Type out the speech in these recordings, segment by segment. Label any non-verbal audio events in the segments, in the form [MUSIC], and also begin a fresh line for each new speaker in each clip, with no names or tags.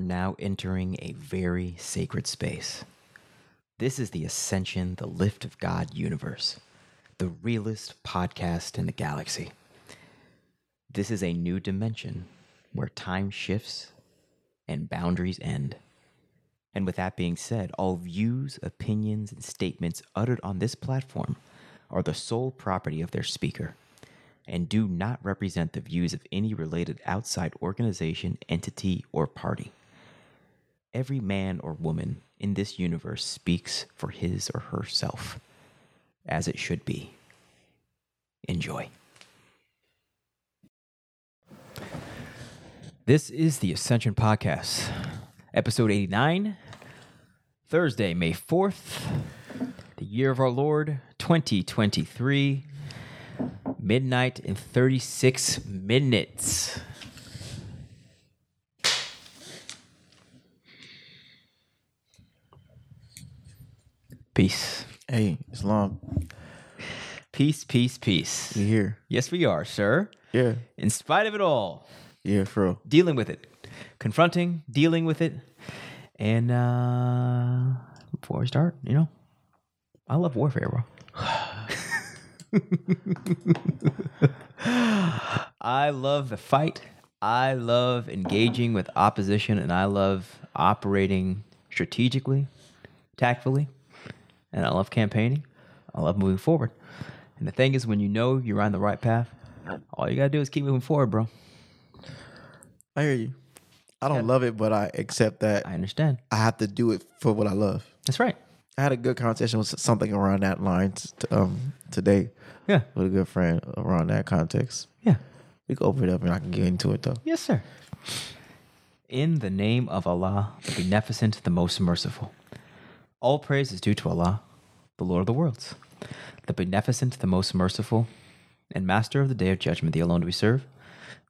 now entering a very sacred space. This is the Ascension, the Lift of God universe, the realest podcast in the galaxy. This is a new dimension where time shifts and boundaries end. And with that being said, all views, opinions, and statements uttered on this platform are the sole property of their speaker and do not represent the views of any related outside organization, entity, or party. Every man or woman in this universe speaks for his or herself, as it should be. Enjoy. This is the Ascension Podcast, episode 89, Thursday, May 4th, the year of our Lord, 2023, midnight and 36 minutes. Peace.
Hey, Islam,
Peace, peace, peace.
you here?
Yes, we are, sir.
Yeah,
In spite of it all,
yeah, for real.
dealing with it, confronting, dealing with it, and uh, before we start, you know, I love warfare, bro. [LAUGHS] I love the fight. I love engaging with opposition, and I love operating strategically, tactfully, and I love campaigning. I love moving forward. And the thing is, when you know you're on the right path, all you gotta do is keep moving forward, bro.
I hear you. I don't love it, but I accept that
I understand.
I have to do it for what I love.
That's right.
I had a good conversation with something around that line t- um, today
Yeah.
with a good friend around that context.
Yeah.
We can open it up and I can get into it though.
Yes, sir. In the name of Allah, the Beneficent, the Most Merciful. All praise is due to Allah, the Lord of the worlds, the Beneficent, the Most Merciful, and Master of the Day of Judgment. The alone do we serve,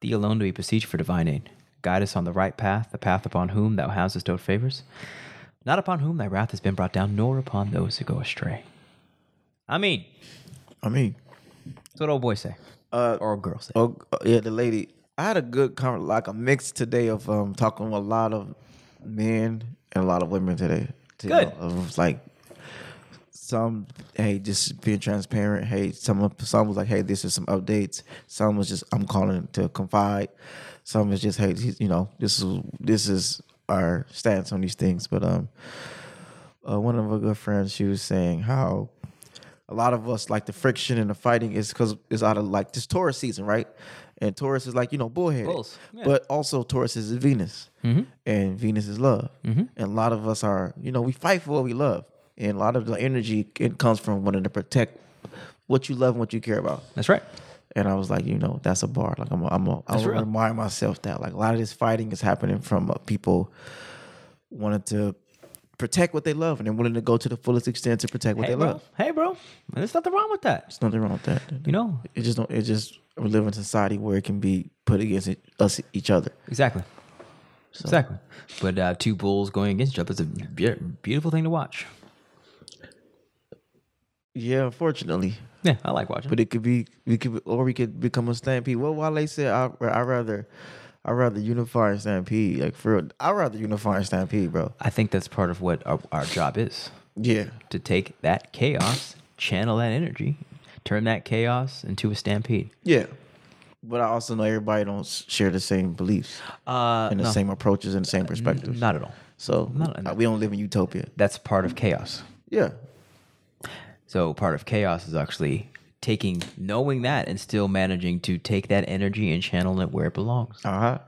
the alone do we beseech for divine aid. Guide us on the right path, the path upon whom thou hast bestowed favors, not upon whom thy wrath has been brought down, nor upon those who go astray. I mean,
I mean,
that's what old boys say,
uh,
or old girls say.
oh oh, yeah, the lady. I had a good conver- like a mix today of um, talking with a lot of men and a lot of women today. too.
Good.
Of like some, hey, just being transparent. Hey, some some was like, hey, this is some updates. Some was just, I'm calling to confide. Some was just, hey, you know, this is this is our stance on these things. But um, uh, one of our good friends, she was saying how a lot of us like the friction and the fighting is because it's out of like this Taurus season, right? And Taurus is like you know bullheaded,
Bulls, yeah. Mm-hmm.
but also Taurus is Venus, and Venus is love. And a lot of us are you know we fight for what we love, and a lot of the energy it comes from wanting to protect what you love and what you care about.
That's right.
And I was like, you know, that's a bar. Like I'm, a, I'm, a, I
That's
will
real.
remind myself that like a lot of this fighting is happening from uh, people wanting to protect what they love and they're willing to go to the fullest extent to protect what
Hey,
they
bro.
love.
Hey, bro. There's nothing wrong with that.
There's nothing wrong with that.
You know,
It just don't. It just we live in a society where it can be put against it, us each other.
Exactly. Exactly. But uh, two bulls going against each other is a be- beautiful thing to watch.
Yeah, unfortunately.
Yeah, I like watching.
But it could be we could or we could become a stampede. Well, Wale said I I rather I rather unify and stampede. Like for real, I rather unify and stampede, bro.
I think that's part of what our, our job is
Yeah.
to take that chaos, channel that energy, turn that chaos into a stampede.
Yeah. But I also know everybody don't s- share the same beliefs
Uh,
and the
no,
same approaches and the same perspectives.
not at all.
so
not-
uh, we don't live in utopia.
That's part of chaos.
Yeah.
So part of chaos is actually taking, knowing that, and still managing to take that energy and channel it where it belongs.
Uh huh.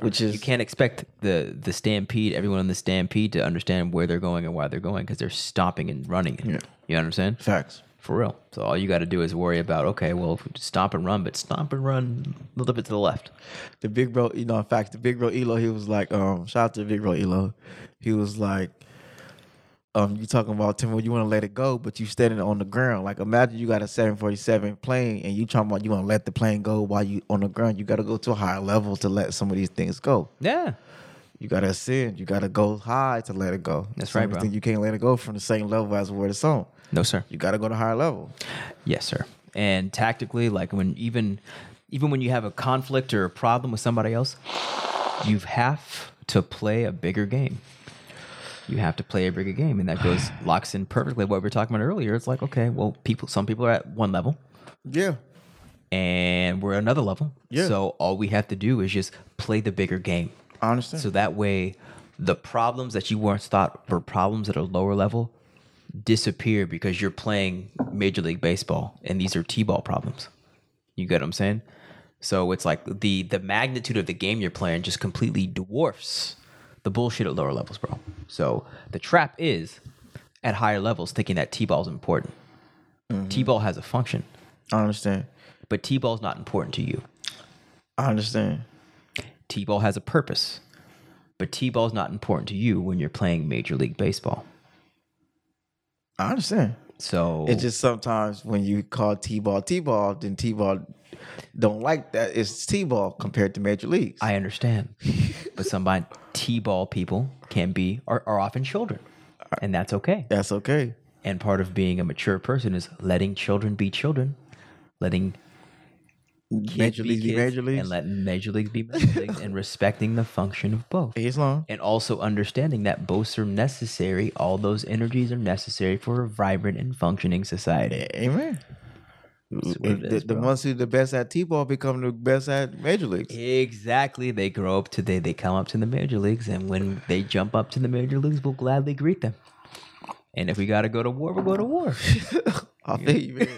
Which is
you can't expect the the stampede everyone in the stampede to understand where they're going and why they're going because they're stopping and running
Yeah.
you understand
facts.
for real so all you got to do is worry about okay well stop and run but stop and run a little bit to the left
the big bro, you know, in fact, the big bro Elo, he was like, um, shout out to the big bro Elo. He was like, um, you talking about Tim, well, you want to let it go, but you standing on the ground. Like imagine you got a 747 plane and you talking about you want to let the plane go while you on the ground. You gotta go to a higher level to let some of these things go.
yeah
You gotta ascend, you gotta go high to let it go.
That's
Some
right,
of the
bro.
things You can't let it go from the same level as where it's on.
no sir
You gotta go to higher level.
Yes, sir. And tactically, like when even even when you have a conflict or a problem with somebody else, you have to play a bigger game. You have to play a bigger game, and that goes locks in perfectly what we were talking about earlier. It's like okay, well, people, some people are at one level,
Yeah.
and we're at another level.
Yeah.
So all we have to do is just play the bigger game.
I understand.
So that way, the problems that you once thought were problems at a lower level disappear because you're playing Major League Baseball, and these are T-ball problems. You get what I'm saying? So it's like the the magnitude of the game you're playing just completely dwarfs the bullshit at lower levels, bro. So the trap is at higher levels thinking that T-ball is important. T-ball has a function,
I understand.
but T-ball is not important to you.
I understand.
T-ball has a purpose, but T-ball is not important to you when you're playing Major League Baseball.
I understand.
So
It's just sometimes when you call T ball T ball, then T ball don't like that. It's T ball compared to major leagues.
I
[LAUGHS]
understand, but somebody T-ball people can be are, are often children, and that's okay.
That's okay.
And part of being a mature person is letting children be children, letting kids
major
be
leagues be
kids,
major
and
leagues.
letting major leagues be major leagues,
[LAUGHS]
and respecting the function of both.
He's long.
and also understanding that both are necessary. All those energies are necessary for a vibrant and functioning society.
Amen.
what it
The,
is,
the
bro.
ones who the best at T ball become the best at major leagues.
Exactly. They grow up today. They come up to the major leagues, and when they jump up to the major leagues, we'll gladly greet them. And if we gotta go to war, we'll go to war. [LAUGHS]
I feel you, man.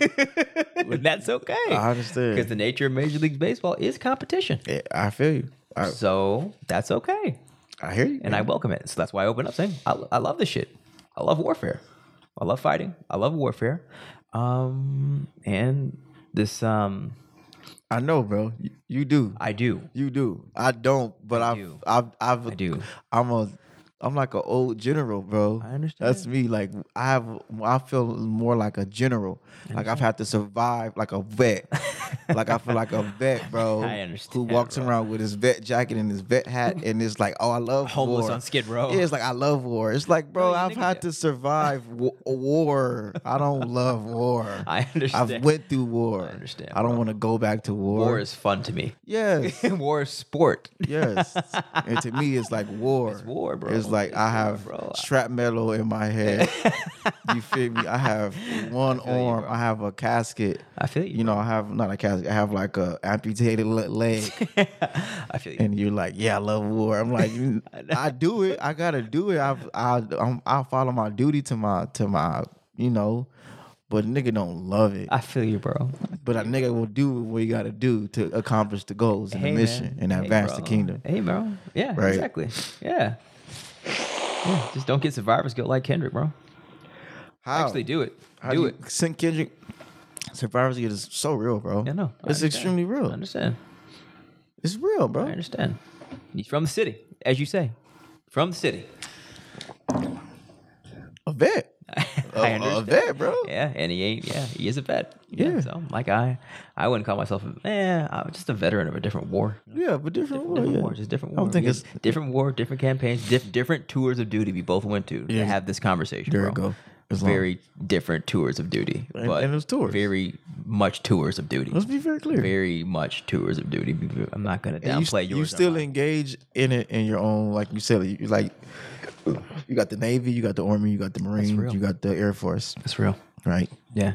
and that's okay.
I
Because
understand.
the nature of Major League Baseball is competition.
Yeah, I feel you. I,
So that's okay.
I hear you.
And I welcome it. So that's why I open up saying I, I love this shit. I love warfare. I love fighting. I love warfare. Um, and this um,
I know, bro. You, you do.
I do.
You do. I don't, but I've,
do.
I've, I've, I
do.
I'm a, I'm like an old general, bro.
I understand.
That's me. Like I have, I feel more like a general. Like I've had to survive like a vet. like I feel like a
[LAUGHS]
vet, bro.
I understand,
Who walks
bro.
around with his vet jacket and his vet hat,
[LAUGHS]
and it's like, oh, I love
Homeless
war.
on Skid Row.
Yeah, it's like I love war. It's like, bro,
you
I've
think
had
that-
to survive w- war. I
[LAUGHS]
don't love war.
I understand.
I've went through war. I
understand,
I don't want to go back to war.
War is fun to me. [LAUGHS]
yes.
war is sport.
Yes. and to me, it's like war. It's
war, bro.
It's like
It's
I
war,
have
bro.
strap metal in my head. you feel me?
[LAUGHS]
I have one arm. I have a casket.
I feel you.
You know, I have not a casket. I have like a amputated le- leg.
[LAUGHS] I feel you.
and you're like, yeah, I love war. I'm like,
[LAUGHS]
I do it. I gotta do it. I I I'm, I follow my duty to my to my you know. But nigga don't love it.
I feel you, bro.
But a nigga will do what you gotta do to accomplish the goals and
Hey,
the
man.
mission and
Hey,
advance the
bro.
kingdom.
Hey, bro. Yeah,
Right.
exactly. Yeah. yeah. Just don't get survivor's guilt like Kendrick, bro.
How?
Actually, do it.
Oh. How
do
you-
it.
St. Kendrick Survivor's Guild is so real, bro.
Yeah, no. I
It's
understand.
extremely
I
real.
understand.
It's real,
I
bro.
understand. He's from the city, as you say. From the city.
A vet. Oh, A,
I
a
understand.
vet, bro.
Yeah, and he ain't. Yeah, he is a vet. Yeah.
Yeah.
So, like I, I wouldn't call myself. a Eh, I'm just a veteran of a different war.
Yeah, but different, war,
Different
Oh, yeah.
wars, just different
I
wars.
don't think
We
it's
had different war, different campaigns, diff- different tours of duty. We both went to to
Yeah.
have this conversation. bro.
There you go. It's long.
very different tours of duty,
And-
but
and it was tours.
very much tours of duty.
Let's be very clear.
Very much tours of duty. I'm not gonna
And you,
downplay
you
yours. or
still
mine.
engage in it in your own, like you said, you like you got the Navy, you got the Army, you got the
real.
Marines, you got the Air Force,
That's real.
right?
Yeah.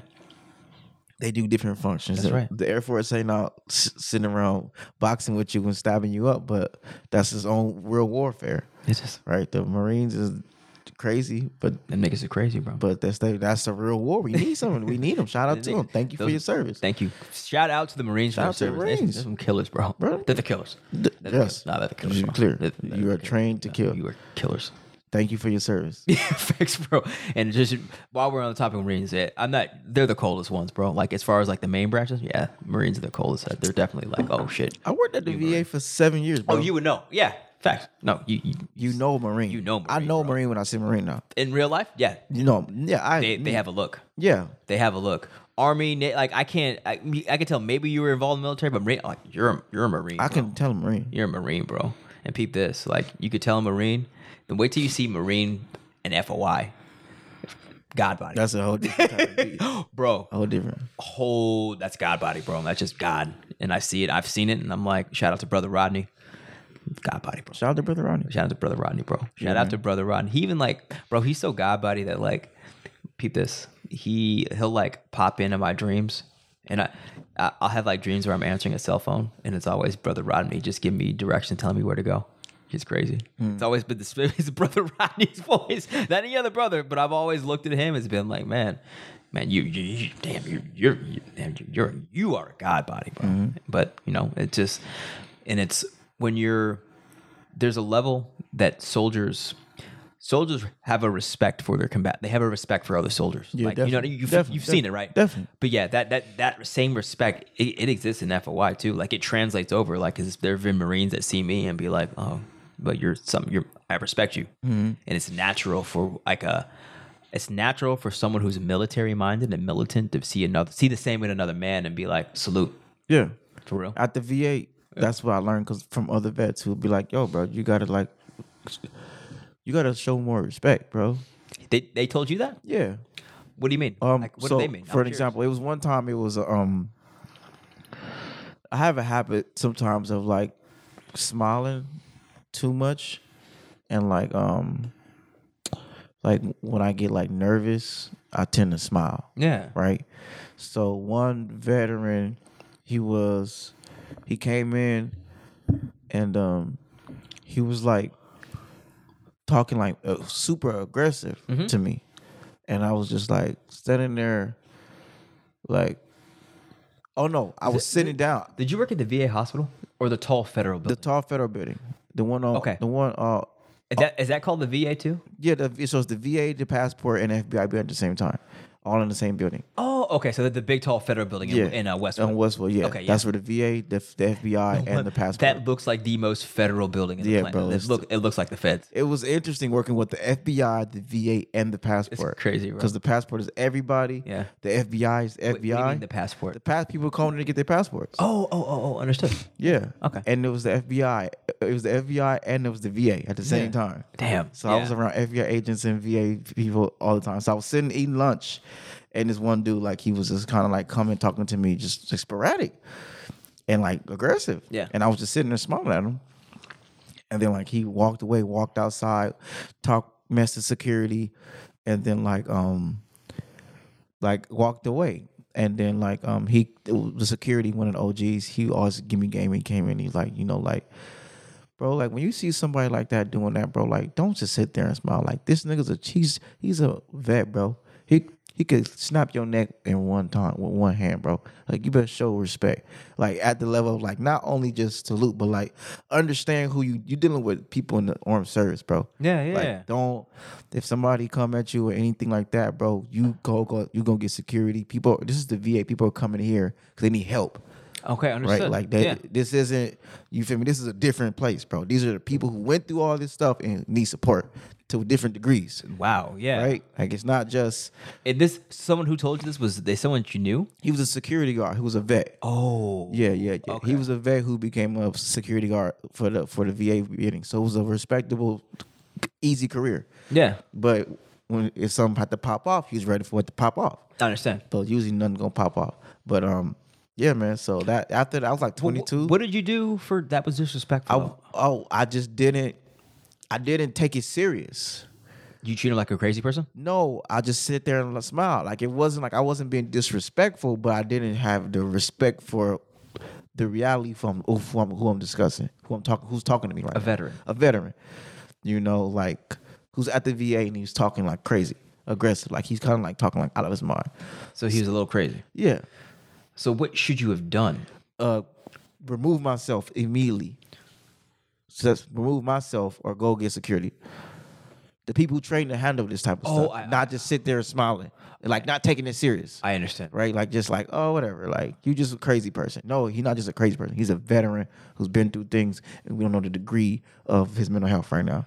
They do different functions.
That's
the,
right.
The Air Force ain't out s- sitting around boxing with you and stabbing you up, but that's his own real warfare.
It's just
right? The Marines is crazy, but
them niggas are crazy, bro.
but that's they, that's a real war. We need someone. We need them. Shout
[LAUGHS]
out to them. Thank you for
Those-
your service.
Thank you. Shout out to the Marines
Shout
for
out to
their
the
service. They-
Marines.
They're some killers, bro.
Bro.
They're the killers.
Th-
They're the
yes,
killers. Nah, they're the killers.
You
bro.
clear.
They're- they're
You
the
are
killers.
trained to
No,
kill.
You are killers. [LAUGHS]
Thank you for your service.
Yeah, thanks, bro. And just while we're on the topic of Marines, eh, I'm not. They're the coldest ones, bro. Like as far as like the main branches, yeah, Marines are the coldest. They're definitely like, oh shit.
I worked at the VA for seven years, bro.
Oh, you would know. Yeah, fact. No, you, you,
you know a Marine.
You know
I
Marine,
know a
bro.
Marine when I see Marine now.
in real life, yeah,
You know, yeah, I
they, they have a look.
yeah.
They have a look. Army, na- like I can't. I, I can tell maybe you were involved in the military, but Marine, like you're a, you're a Marine.
I
bro.
can tell a Marine.
You're a Marine, bro. And peep this. Like, you could tell a Marine, then wait till you see Marine and FOI. God body.
That's a whole different, type of beat. a
[GASPS] bro, [LAUGHS]
whole different.
whole, that's God body, bro. And that's just God. And I see it. I've seen it. And I'm like, shout out to Brother Rodney. God body, bro.
Shout out to Brother Ronnie.
Shout out to brother Rodney, bro. Shout out to brother Rodney. He even like, bro, he's so God body that like, peep this. He he'll like pop into my dreams, and I I- I'll have like dreams where I'm answering a cell phone, and it's always brother Rodney just giving me direction, telling me where to go. He's crazy. It's always been the [LAUGHS] it's brother Rodney's voice, [LAUGHS] not any other brother, but I've always looked at him. It's been like, man, man, you, you, you damn, you, you're, you, damn, you- you're, you are a god body, bro. But you know, it just, and it's when you're there's a level that soldiers soldiers have a respect for their combat. They have a respect for other soldiers. like you know,
definitely.
you've, you've
Definitely,
seen it,
definitely,
right?
definitely.
But yeah, that that that same respect it, it exists in FOI too. Like it translates over. Like 'cause there have been Marines that see me and be like, oh, but you're some you're I respect you,
Mm-hmm.
and it's natural for like a. It's natural for someone who's military minded and militant to see another see the same in another man and be like salute
Yeah.
for real.
At the VA, that's what I learned because from other vets who'd be like, yo, bro, you gotta like you gotta show more respect, bro.
They they told you that?
Yeah.
What do you mean?
Um,
like, what
so
do they mean?
For
I'm
an
curious.
example, it was one time it was um I have a habit sometimes of like smiling too much and like um like when I get like nervous, I tend to smile.
yeah,
Right? So one veteran, he was he came in and um he was like talking like uh, super aggressive
Mm-hmm.
to me and i was just like standing there like oh no i was sitting down
Did you work at the VA hospital or the tall federal
the
building?
tall federal building the one on
Okay.
the one uh
is, that, is that called the VA too?
yeah the, so it's the va the passport and fbi building at the same time all in the same building
Oh, okay. So the, the big tall federal building in,
yeah
in uh, Westwood.
on westwood yeah
Okay, yeah.
that's where the va
[LAUGHS]
the, the fbi and the passport
That looks like the most federal building in the
Yeah,
planet.
bro,
it,
it's-
look, it looks like the feds.
it was interesting working with the FBI, the VA, and the passport.
crazy, bro.
because the passport is everybody.
Yeah.
the FBI is FBI.
What do you mean the passport?
The past people coming to get their passports.
oh, oh, oh, oh, understood. [LAUGHS]
Yeah.
Okay.
And it was the FBI. It was the FBI and it was the VA at the same time.
Damn.
So I was
Yeah.
around FBI agents and VA people all the time. So I was sitting eating lunch, and this one dude, like, he was just kind of like coming, talking to me, just, just sporadic and like aggressive.
Yeah.
And I was just sitting there smiling at him. And then like he walked away, walked outside, talked, messed with security, and then like um like walked away. And then like um he the security one of the OGs, he always give me game. He came in, he's like, you know, like Bro, like when you see somebody like that doing that, bro, like don't just sit there and smile. Like this nigga's a cheese. He's a vet, bro. He he could snap your neck in one time with one hand, bro. Like you better show respect. Like at the level of like not only just salute, but like understand who you you dealing with people in the armed service, bro.
Yeah, yeah,
Like,
yeah.
don't if somebody come at you or anything like that, bro. You go go. You gonna get security. People. This is the VA. People are coming here because they need help
Okay,
right?
understood.
Like that.
Yeah.
This isn't you feel me. This is a different place, bro. These are the people who went through all this stuff and need support to different degrees,
Wow. Yeah.
right? Like it's not just
And this someone who told you this was they someone you knew?
he was a security guard who was a vet.
Oh.
Yeah, yeah, yeah.
Okay.
He was a vet who became a security guard for the for the VA meeting. So it was a respectable, easy career.
Yeah.
But when if something had to pop off, he was ready for it to pop off.
I understand.
But usually nothing gonna pop off. But um, yeah, man. So that after that, I was like
Wh- wh-
twenty two.
What did you do for that was disrespectful?
I,
though?
oh, I just didn't. I didn't take it serious.
you treat him like a crazy person?
No, I just sit there and smile. Like it wasn't like I wasn't being disrespectful, but I didn't have the respect for the reality from of who I'm, who I'm discussing, who I'm talking, who's talking to me right now.
veteran.
a veteran. You know, like who's at the VA and he's talking like crazy, aggressive. Like he's kind of like talking like out of his mind.
So he was a little crazy.
Yeah,
So what should you have done?
uh, remove myself immediately. Just remove myself or go get security. The people who train to handle this type of
Oh,
stuff,
I-
not just sit there smiling, like not taking it serious,
I understand.
right? Like just like oh whatever, like you just a crazy person. No, he's not just a crazy person. He's a veteran who's been through things, and we don't know the degree of his mental health right now.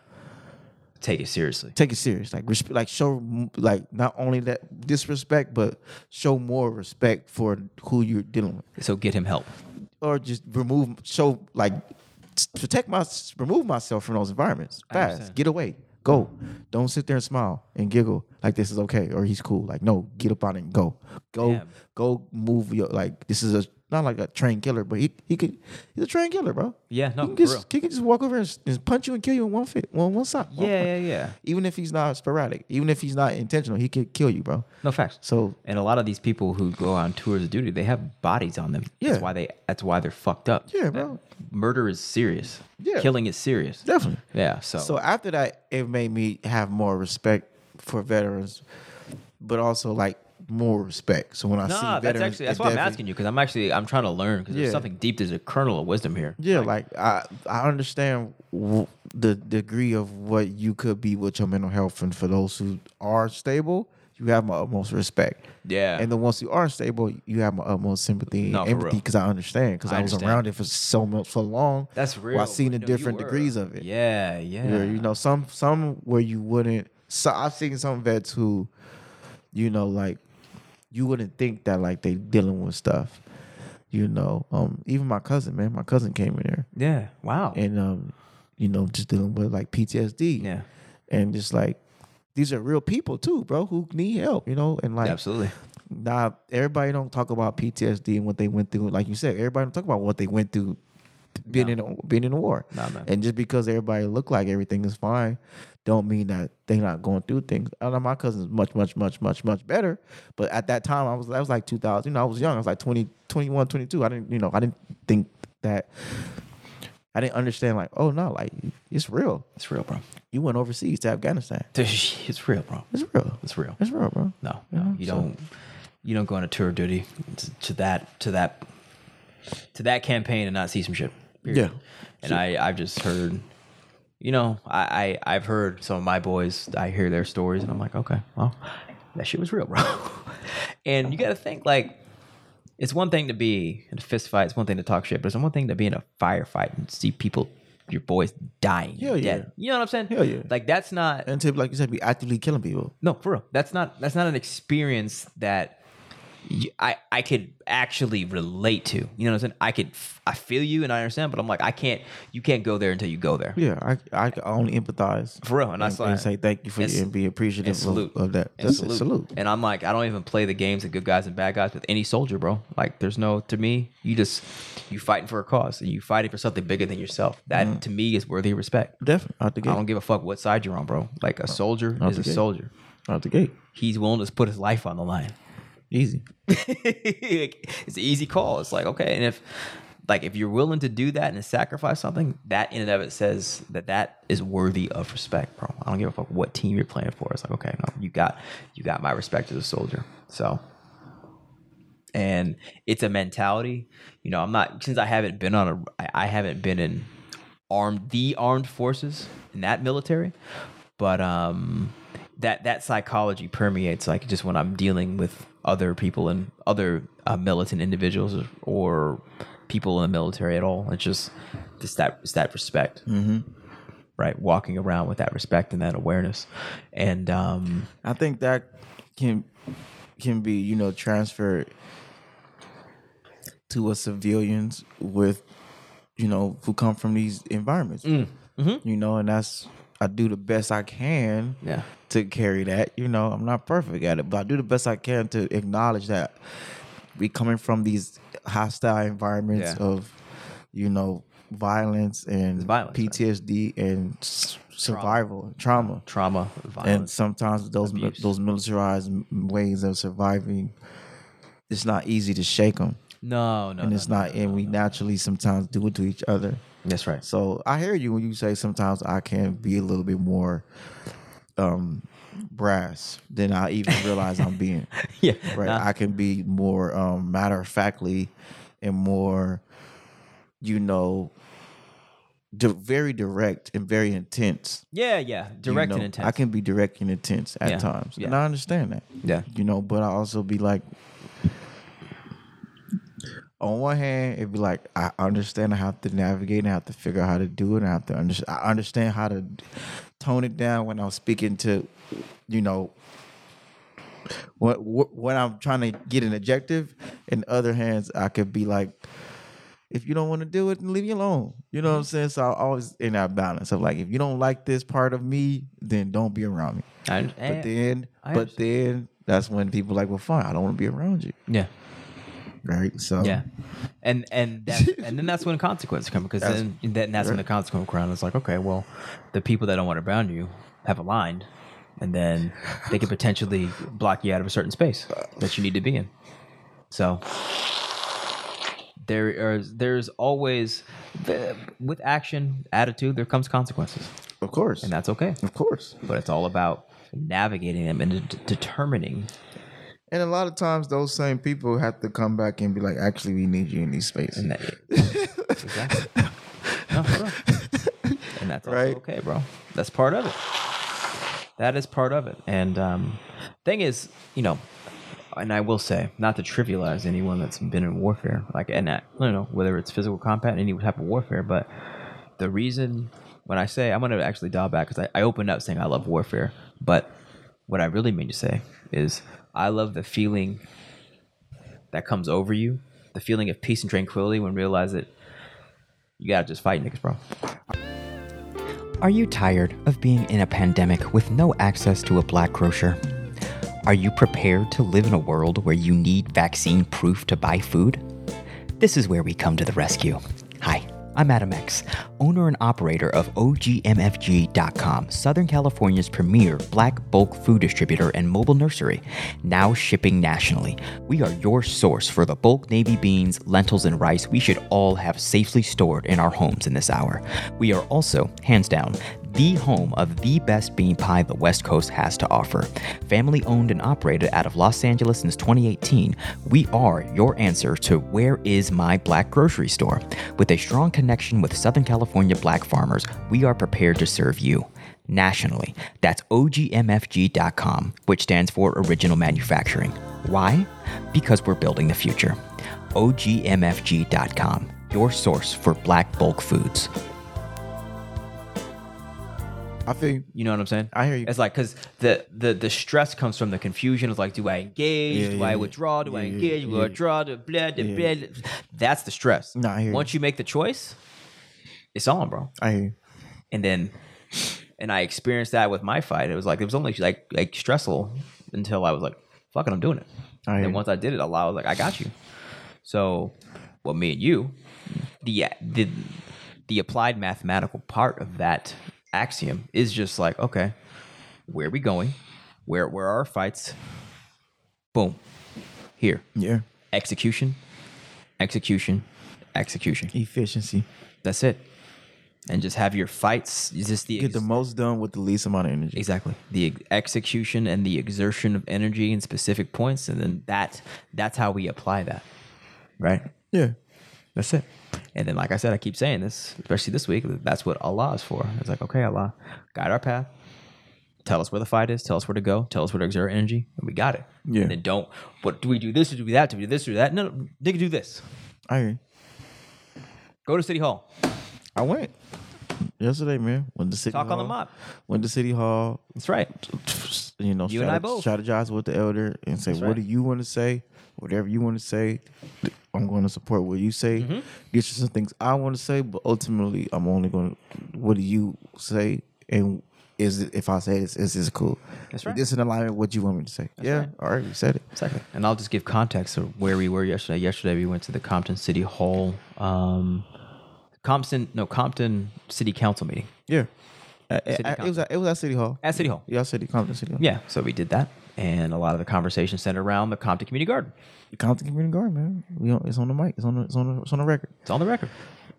Take it seriously.
Take it serious, like resp- like show m- like not only that disrespect, but show more respect for who you're dealing with
So get him help.
or just remove show like s- protect my s- remove myself from those environments fast
understand.
get away go don't sit there and smile and giggle like this is okay or he's cool like no get up on it and go go
Damn.
go move your like this is a not like a trained killer, but he he could he's a trained killer, bro.
Yeah, no,
he can
for
just
real.
he can just walk over and s- just punch you and kill you in one fit, one one shot. one-
Yeah, yeah, yeah.
Even if he's not sporadic, even if he's not intentional, he could kill you, bro.
No facts.
So
and a lot of these people who go on tours of duty, they have bodies on them.
Yeah.
That's why they. That's why they're fucked up.
Yeah, bro.
Murder is serious.
Yeah.
Killing is serious.
definitely.
Yeah. So.
So after that, it made me have more respect for veterans, but also like more respect. So when I see
Nah,
veterans,
that's actually that's
it
why I'm
definitely-
asking you because I'm actually I'm trying to learn because
Yeah.
there's something deep. There's a kernel of wisdom here.
Yeah, like, I I understand w- the degree of what you could be with your mental health, and for those who are stable, you have my utmost respect.
Yeah.
and the ones who are stable, you have my utmost sympathy
No,
and
for
empathy
real.
because I understand because
I
I, was
understand.
around it for so much for long.
that's
where
real.
I seen the
No, you
different
were.
degrees of it.
Yeah. Yeah.
Where, you know, some some where you wouldn't. So I've seen some vets who, you know, like you wouldn't think that like they dealing with stuff. You know, um, even my cousin, man, my cousin came in there
Yeah. Wow.
and um, you know, just dealing with like PTSD.
Yeah.
and just like these are real people too, bro, who need help. You know, and like
Absolutely.
Nah, everybody don't talk about PTSD and what they went through. Like you said, everybody don't talk about what they went through being in a, being in a war.
Nah, man.
And just because everybody look like everything is fine, don't mean that they're not going through things. I know my cousin's much, much, much, much, much better. But at that time, I was that was like 2000. You know, I was young. I was like 20, 21, 22. I didn't, you know, I didn't think that. I didn't understand like, oh no, like it's real.
It's real, bro.
You went overseas to Afghanistan.
[LAUGHS] It's real, bro.
It's real.
It's real.
It's real, bro.
No, no,
know,
you
so-
don't. You don't go on a tour of duty to, to that to that to that campaign and not see some shit. period.
Yeah.
and I I've just heard, you know, I, I I've heard some of my boys. I hear their stories, and I'm like, okay, well, that shit was real, [LAUGHS] bro. and you got to think like. It's one thing to be in a fist fight. It's one thing to talk shit, but it's one thing to be in a firefight and see people, your boys dying.
Hell yeah.
dead. You know what I'm saying?
Hell yeah.
Like that's not
And to like you said, be actively killing people.
no, for real. That's not that's not an experience that y- I I could actually relate to. You know what I'm saying? I could f- I feel you and I understand, but I'm like I can't. You can't go there until you go there.
Yeah, I I can only empathize
For real, and I
and,
saw
and
that.
say thank you for
And
your-
s-
and be appreciative
and salute
of, of that.
And
That's
salute.
it. Salute.
And I'm like, I don't even play the games of good guys and bad guys with any soldier, bro. Like, there's no to me. You just you fighting for a cause and you fighting for something bigger than yourself. That
Mm.
to me is worthy of respect.
Definitely out the
I don't
gate.
give a fuck what side you're on, bro. Like a soldier is a
forget.
soldier.
Out the gate.
He's willing to put his life on the line.
Easy.
[LAUGHS] Like, it's an easy call. It's like okay, and if like if you're willing to do that and sacrifice something, that in and of it says that that is worthy of respect, bro. I don't give a fuck what team you're playing for. It's like okay, no, you got you got my respect as a soldier. So, and it's a mentality. You know, I'm not since I haven't been on a I, I haven't been in armed the armed forces in that military, but um that that psychology permeates like just when I'm dealing with other people and other uh, militant individuals or, or people in the military at all. It's just just that it's that respect, mm-hmm. right? Walking around with that respect and that awareness, and um,
I think that can can be you know transferred to us civilians with you know who come from these environments.
Mm.
You know, and that's I do the best I can.
Mm-hmm. yeah,
to carry that. You know, I'm not perfect at it, but I do the best I can to acknowledge that we coming from these hostile environments
Yeah.
of, you know, violence and
violence, man.
PTSD and s- survival trauma.
trauma,
And
violence,
sometimes those mi-
Uh, Abuse.
those militarized m- ways of surviving, it's not easy to shake them,
no, no,
and
no,
it's not. and we naturally sometimes do it to each other.
that's right.
So I hear you when you say sometimes I can be a little bit more um brass than I even realize I'm
[LAUGHS]
being.
Yeah,
Right.
nah,
I can be more um matter of factly and more, you know, di- very direct and very intense.
yeah, yeah,
you
direct
know.
and intense.
I can be direct and intense at
Yeah,
times. And
yeah.
I understand that.
Yeah.
You know, but I also be like on one hand, it'd be like I understand I have to navigate and I have to figure out how to do it. And I have to understand. I understand how to tone it down when I'm speaking to, you know, what, what when I'm trying to get an objective. In other hands, I could be like, if you don't want to do it, then leave me alone. You know what I'm saying? So I always in that balance of like, if you don't like this part of me, then don't be around me.
I-
But then,
I
but then that's when people like, well, fine, I don't want to be around you.
yeah,
right? So
Yeah, and and that's, and then that's when consequences come because
That's-
then, then that's when the consequence comes. around. It's like okay, well, the people that don't want to around you have aligned, and then they could potentially block you out of a certain space that you need to be in. So there are there's always the, with action attitude there comes consequences,
of course,
and that's okay.
of course.
But it's all about navigating them and de- determining
And a lot of times, those same people have to come back and be like, "Actually, we need you in these spaces."
And that, exactly. No, for real. [LAUGHS] And that's also
Right.
okay, bro. That's part of it. That is part of it. And um, thing is, you know, and I will say, not to trivialize anyone that's been in warfare, like, and I, I don't know whether it's physical combat, any type of warfare, but the reason when I say I'm going to actually dial back because I, I opened up saying I love warfare, but what I really mean to say is I love the feeling that comes over you, the feeling of peace and tranquility when realize that you gotta just fight niggas, bro. Are you tired of being in a pandemic with no access to a black grocer? Are you prepared to live in a world where you need vaccine proof to buy food? This is where we come to the rescue. Hi, I'm Adam X, owner and operator of OGMFG.com, Southern California's premier black bulk food distributor and mobile nursery, now shipping nationally. We are your source for the bulk navy beans, lentils, and rice we should all have safely stored in our homes in this hour. We are also, hands down, the home of the best bean pie the West Coast has to offer. Family owned and operated out of Los Angeles since 2018, we are your answer to where is my black grocery store? With a strong connection with Southern California black farmers, we are prepared to serve you. Nationally. That's OGMFG.com, which stands for Original Manufacturing. Why? Because we're building the future. OGMFG.com, your source for black bulk foods.
I feel you.
You know what I'm saying?
I hear you.
It's like because the, the the stress comes from the confusion. It's like, do I engage?
Yeah,
do
yeah,
I
yeah.
withdraw? Do I
Yeah, yeah,
engage?
yeah.
Withdraw? Do blah, blah, blah. That's the stress.
No, I hear you.
Once you make the choice, it's on, bro.
I hear you.
And then, and I experienced that with my fight. It was like it was only like like stressful until I was like, fuck it, I'm doing it.
I
And
hear
then
you.
once I did it, Allah was like, I got you. So, well, me and you, the the the applied mathematical part of that axiom is just like, okay, where are we going? Where where are our fights? Boom, here
Yeah,
execution, execution, execution.
efficiency.
That's it. And just have your fights. Is this the
Get the most done with the least amount of energy.
Exactly. The ex- execution and the exertion of energy in specific points, and then that that's how we apply that. Right?
Yeah,
That's it. And then like I said, I keep saying this, especially this week, that's what Allah is for. It's like, okay, Allah, guide our path. Tell us where the fight is, tell us where to go, tell us where to exert energy, and we got it.
Yeah.
And then don't what do we do this or do we that? Do we do this or do that? No, no, nigga do this.
I hear. You.
Go to City Hall.
I went yesterday, man. Went to city.
Talk on
hall,
the mob.
Went to city hall.
That's right.
You know,
You and I
strate-
both.
strategize with the elder and say,
right.
"What do you want to say? Whatever you want to say, th- I'm going to support what you say.
Mm-hmm.
Get you some things I want to say, but ultimately, I'm only going. to, What do you say? And is it, if I say this, is this cool?
That's
Is
right.
This in alignment with what you want me to say. yeah.
right.
All right, you said it.
Exactly. And I'll just give context of where we were yesterday. Yesterday we went to the Compton City Hall, um, Compton no Compton City Council meeting
Yeah. Uh, uh, uh, it was
Council.
at, it was at City Hall.
at City Hall.
Y'all City Compton City Hall.
Yeah. So we did that, and a lot of the conversation centered around the Compton Community Garden.
Compton Community Guard, man. We on, it's on the mic. It's on the, it's on the, it's on the record.
It's on the record.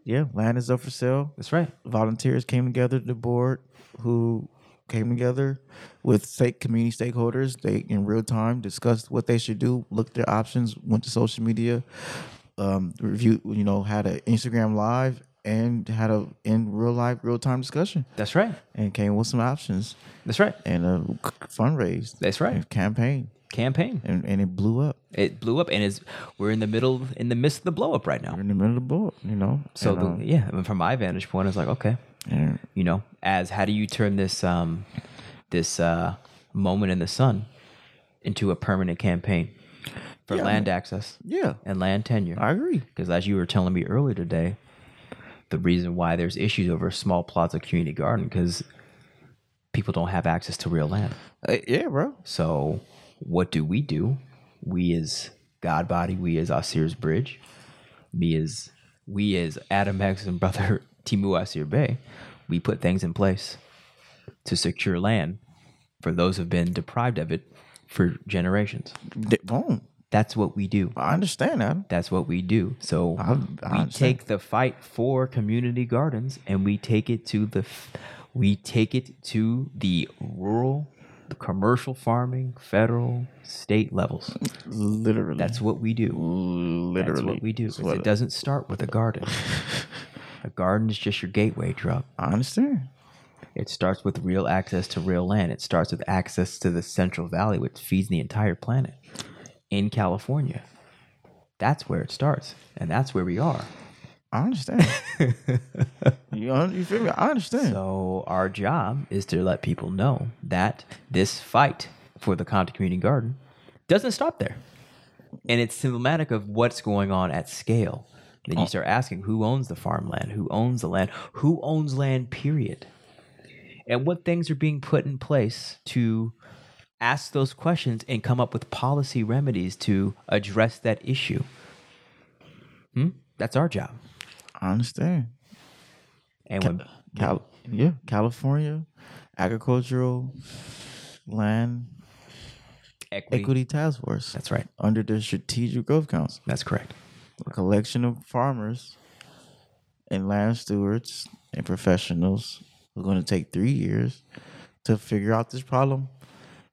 Yeah, land is up for sale.
That's right.
Volunteers came together, the board who came together with state community stakeholders. They in real time discussed what they should do, looked their options, went to social media, um, reviewed, you know, had an Instagram live and had a in real life, real time discussion
That's right.
and came with some options
That's right.
and a fundraise.
That's right.
And campaign.
Campaign.
And, and it blew up.
It blew up, and is we're in the middle, in the midst of the blow up right now.
We're in the middle of the board, you know.
So
and,
the,
um,
yeah, I mean, from my vantage point, it's like okay,
and
you know, as how do you turn this um, this uh, moment in the sun into a permanent campaign for
Yeah.
land access
yeah,
and land tenure?
I agree.
Because as you were telling me earlier today, the reason why there's issues over a small plaza community garden because people don't have access to real land.
Uh, yeah, bro.
So what do we do? We as God body. We as Asir's bridge. Me as we as Adam X and brother [LAUGHS] Timu Asir Bey. We put things in place to secure land for those who've been deprived of it for generations.
D- Boom.
That's what we do.
I understand that.
That's what we do. So
I, I
we
understand.
take the fight for community gardens and we take it to the f- we take it to the rural the commercial farming federal state levels
literally.
that's what we do
literally
that's what we do
That's
'Cause
what-
it doesn't start [LAUGHS] with a garden a garden is just your gateway drug
I understand.
it starts with real access to real land it starts with access to the central valley which feeds the entire planet in california that's where it starts and that's where we are
I
[LAUGHS]
understand. you, un- you feel me? I understand.
So our job is to let people know that this fight for the Compton Community Garden doesn't stop there. And it's symptomatic of what's going on at scale. Then you start asking who owns the farmland, who owns the land, who owns land, period. And what things are being put in place to ask those questions and come up with policy remedies to address that issue. Hmm? That's our job.
I understand.
And when
Cal- yeah, California, agricultural land
equity.
equity task force
That's right.
under the Strategic Growth Council,
That's correct.
a collection of farmers and land stewards and professionals. We're going to take three years to figure out this problem,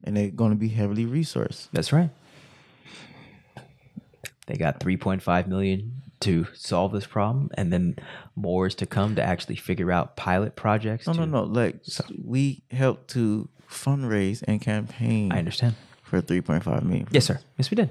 and they're going to be heavily resourced.
That's right. They got 3.5 million to solve this problem, and then more is to come to actually figure out pilot projects.
No,
to,
no, no. Like we helped to fundraise and campaign
I understand.
for 3.5 million.
Yes, sir. Yes, we did.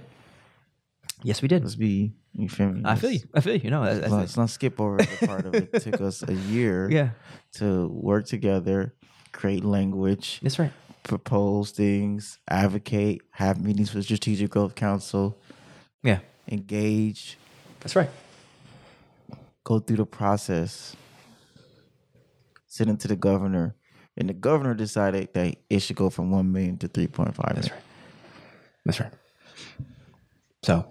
Yes, we did.
Let's be. You feel me?
I feel you. I feel you. No, that's,
Let's,
that's,
let's not skip over the part of it. it took us a year
[LAUGHS] yeah,
to work together, create language,
that's right.
propose things, advocate, have meetings with Strategic Growth Council,
Yeah,
engage,
that's right.
go through the process, send it to the governor. And the governor decided that it should go from 1 million to 3.5 million.
That's right. That's right. So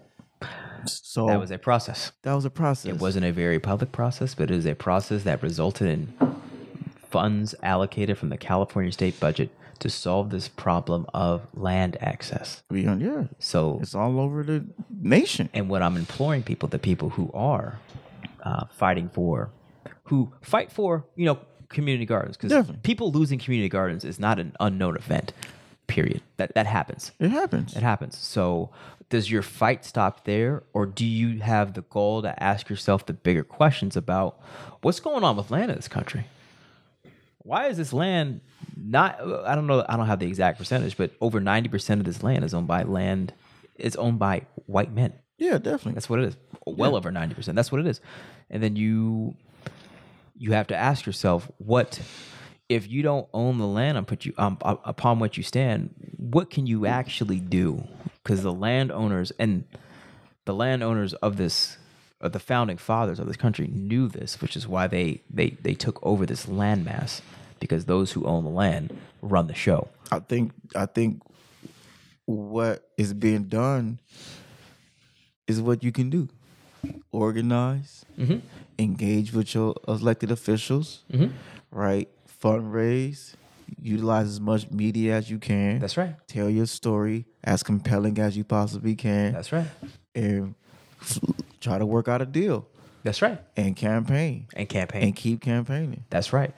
So
that was a process.
That was a process.
It wasn't a very public process, but it is a process that resulted in funds allocated from the California state budget to solve this problem of land access.
We on yeah.
So,
It's all over the nation.
and what I'm imploring people, the people who are uh, fighting for, who fight for, you know, community gardens, because
Definitely.
people losing community gardens is not an unknown event. Period. That that happens.
It happens.
It happens. So, does your fight stop there, or do you have the goal to ask yourself the bigger questions about what's going on with land in this country? Why is this land not? I don't know. I don't have the exact percentage, but over ninety percent of this land is owned by land is owned by white men.
Yeah, definitely.
That's what it is. Well over ninety percent. That's what it is. And then you you have to ask yourself what if you don't own the land on put you um, up- upon what you stand, what can you actually do? Because the landowners and the landowners of this of the founding fathers of this country knew this, which is why they they they took over this landmass because those who own the land run the show.
I think I think what is being done is what you can do. Organize,
Mm-hmm.
engage with your elected officials, right? Fundraise, utilize as much media as you can.
That's right.
Tell your story as compelling as you possibly can.
That's right.
And try to work out a deal
That's right.
and campaign
And campaign.
and keep campaigning.
That's right.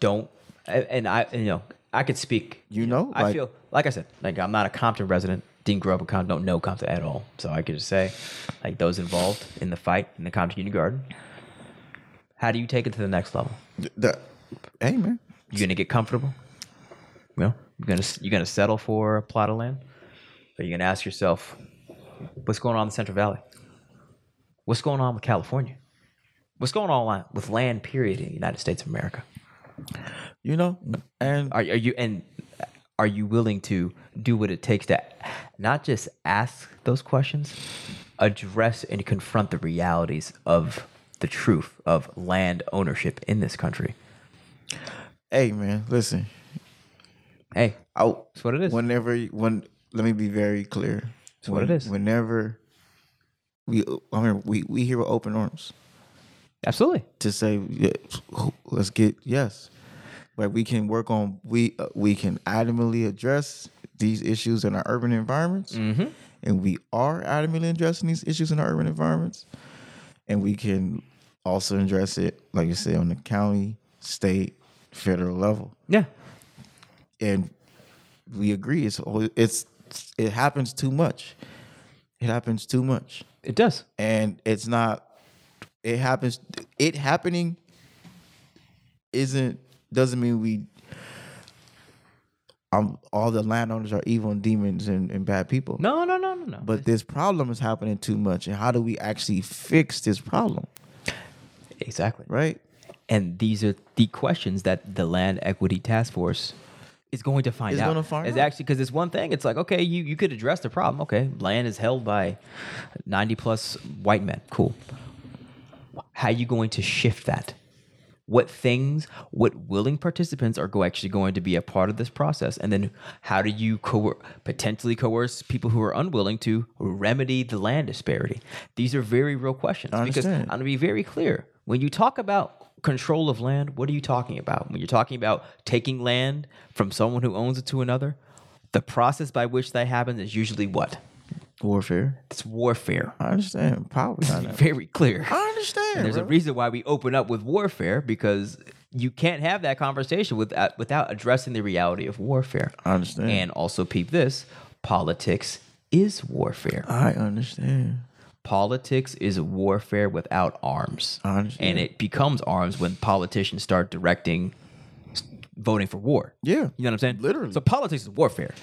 Don't and and I and, you know I could speak.
You know,
I
like-
feel like I said, like I'm not a Compton resident. Didn't grow up in Compton. Don't know Compton at all. So I could just say, like those involved in the fight in the Compton Union Garden. How do you take it to the next level?
Th- that- hey man,
You gonna get comfortable? You know, you gonna you gonna settle for a plot of land? Are you gonna ask yourself, what's going on in the Central Valley? What's going on with California? What's going on with land? Period in the United States of America.
you know, and
are, are you and are you willing to do what it takes to not just ask those questions address and confront the realities of the truth of land ownership in this country
hey man, listen,
hey
I
that's what it is
whenever when let me be very clear.
what
When-
it is.
Whenever we I mean we we hear with open arms
Absolutely.
to say yeah, let's get yes, but we can work on we uh, we can adamantly address these issues in our urban environments, and we are adamantly addressing these issues in our urban environments, and we can also address it like you said on the county, state, federal level
Yeah.
and we agree it's al- it's it happens too much it happens too much
It does.
and it's not it happens it happening isn't doesn't mean we um all the landowners are evil and demons and, and bad people
No, no, no, no, no.
but this problem is happening too much and how do we actually fix this problem
exactly.
right
And these are the questions that the Land Equity Task Force is going to find
Is
out.
gonna find
it's
out.
actually because it's one thing. It's like okay, you you could address the problem. Okay, land is held by ninety plus white men. Cool. How you going to shift that? What things, what willing participants are go- actually going to be a part of this process? And then how do you coer- potentially coerce people who are unwilling to remedy the land disparity? These are very real questions. Because
understand.
I'm going to be very clear. When you talk about control of land, what are you talking about? When you're talking about taking land from someone who owns it to another, the process by which that happens is usually what?
warfare
It's warfare. [LAUGHS]
i understand power dynamic.
Very clear.
i understand
And there's a
bro.
reason why we open up with warfare because you can't have that conversation without without addressing the reality of warfare.
I understand.
And also peep this, politics is warfare.
i understand
Politics is warfare without arms.
I understand.
And it becomes arms when politicians start directing s- voting for war.
Yeah.
You know what I'm saying?
Literally.
So politics is warfare.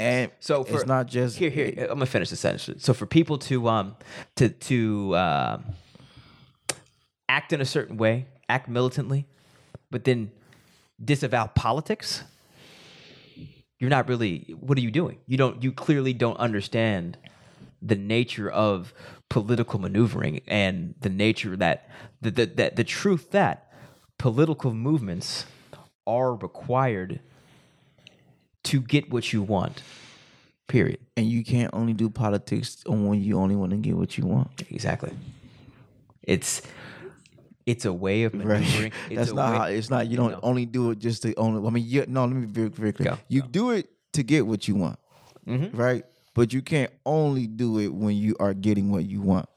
and
So for,
it's not just
here. Here, I'm gonna finish the sentence. So for people to um to to um act in a certain way, act militantly, but then disavow politics, you're not really. What are you doing? You don't. You clearly don't understand the nature of political maneuvering and the nature that the the, that the truth that political movements are required to get what you want. Period.
and you can't only do politics on when you only want to get what you want.
Exactly. It's it's a way of
[LAUGHS]
maneuvering. It's
That's
a
not.
way-
How, it's not. You don't only do it just to only. I mean, you, no. Let me be very, very clear.
Go. Mm-hmm.
You do it to get what you want, right? But you can't only do it when you are getting what you want.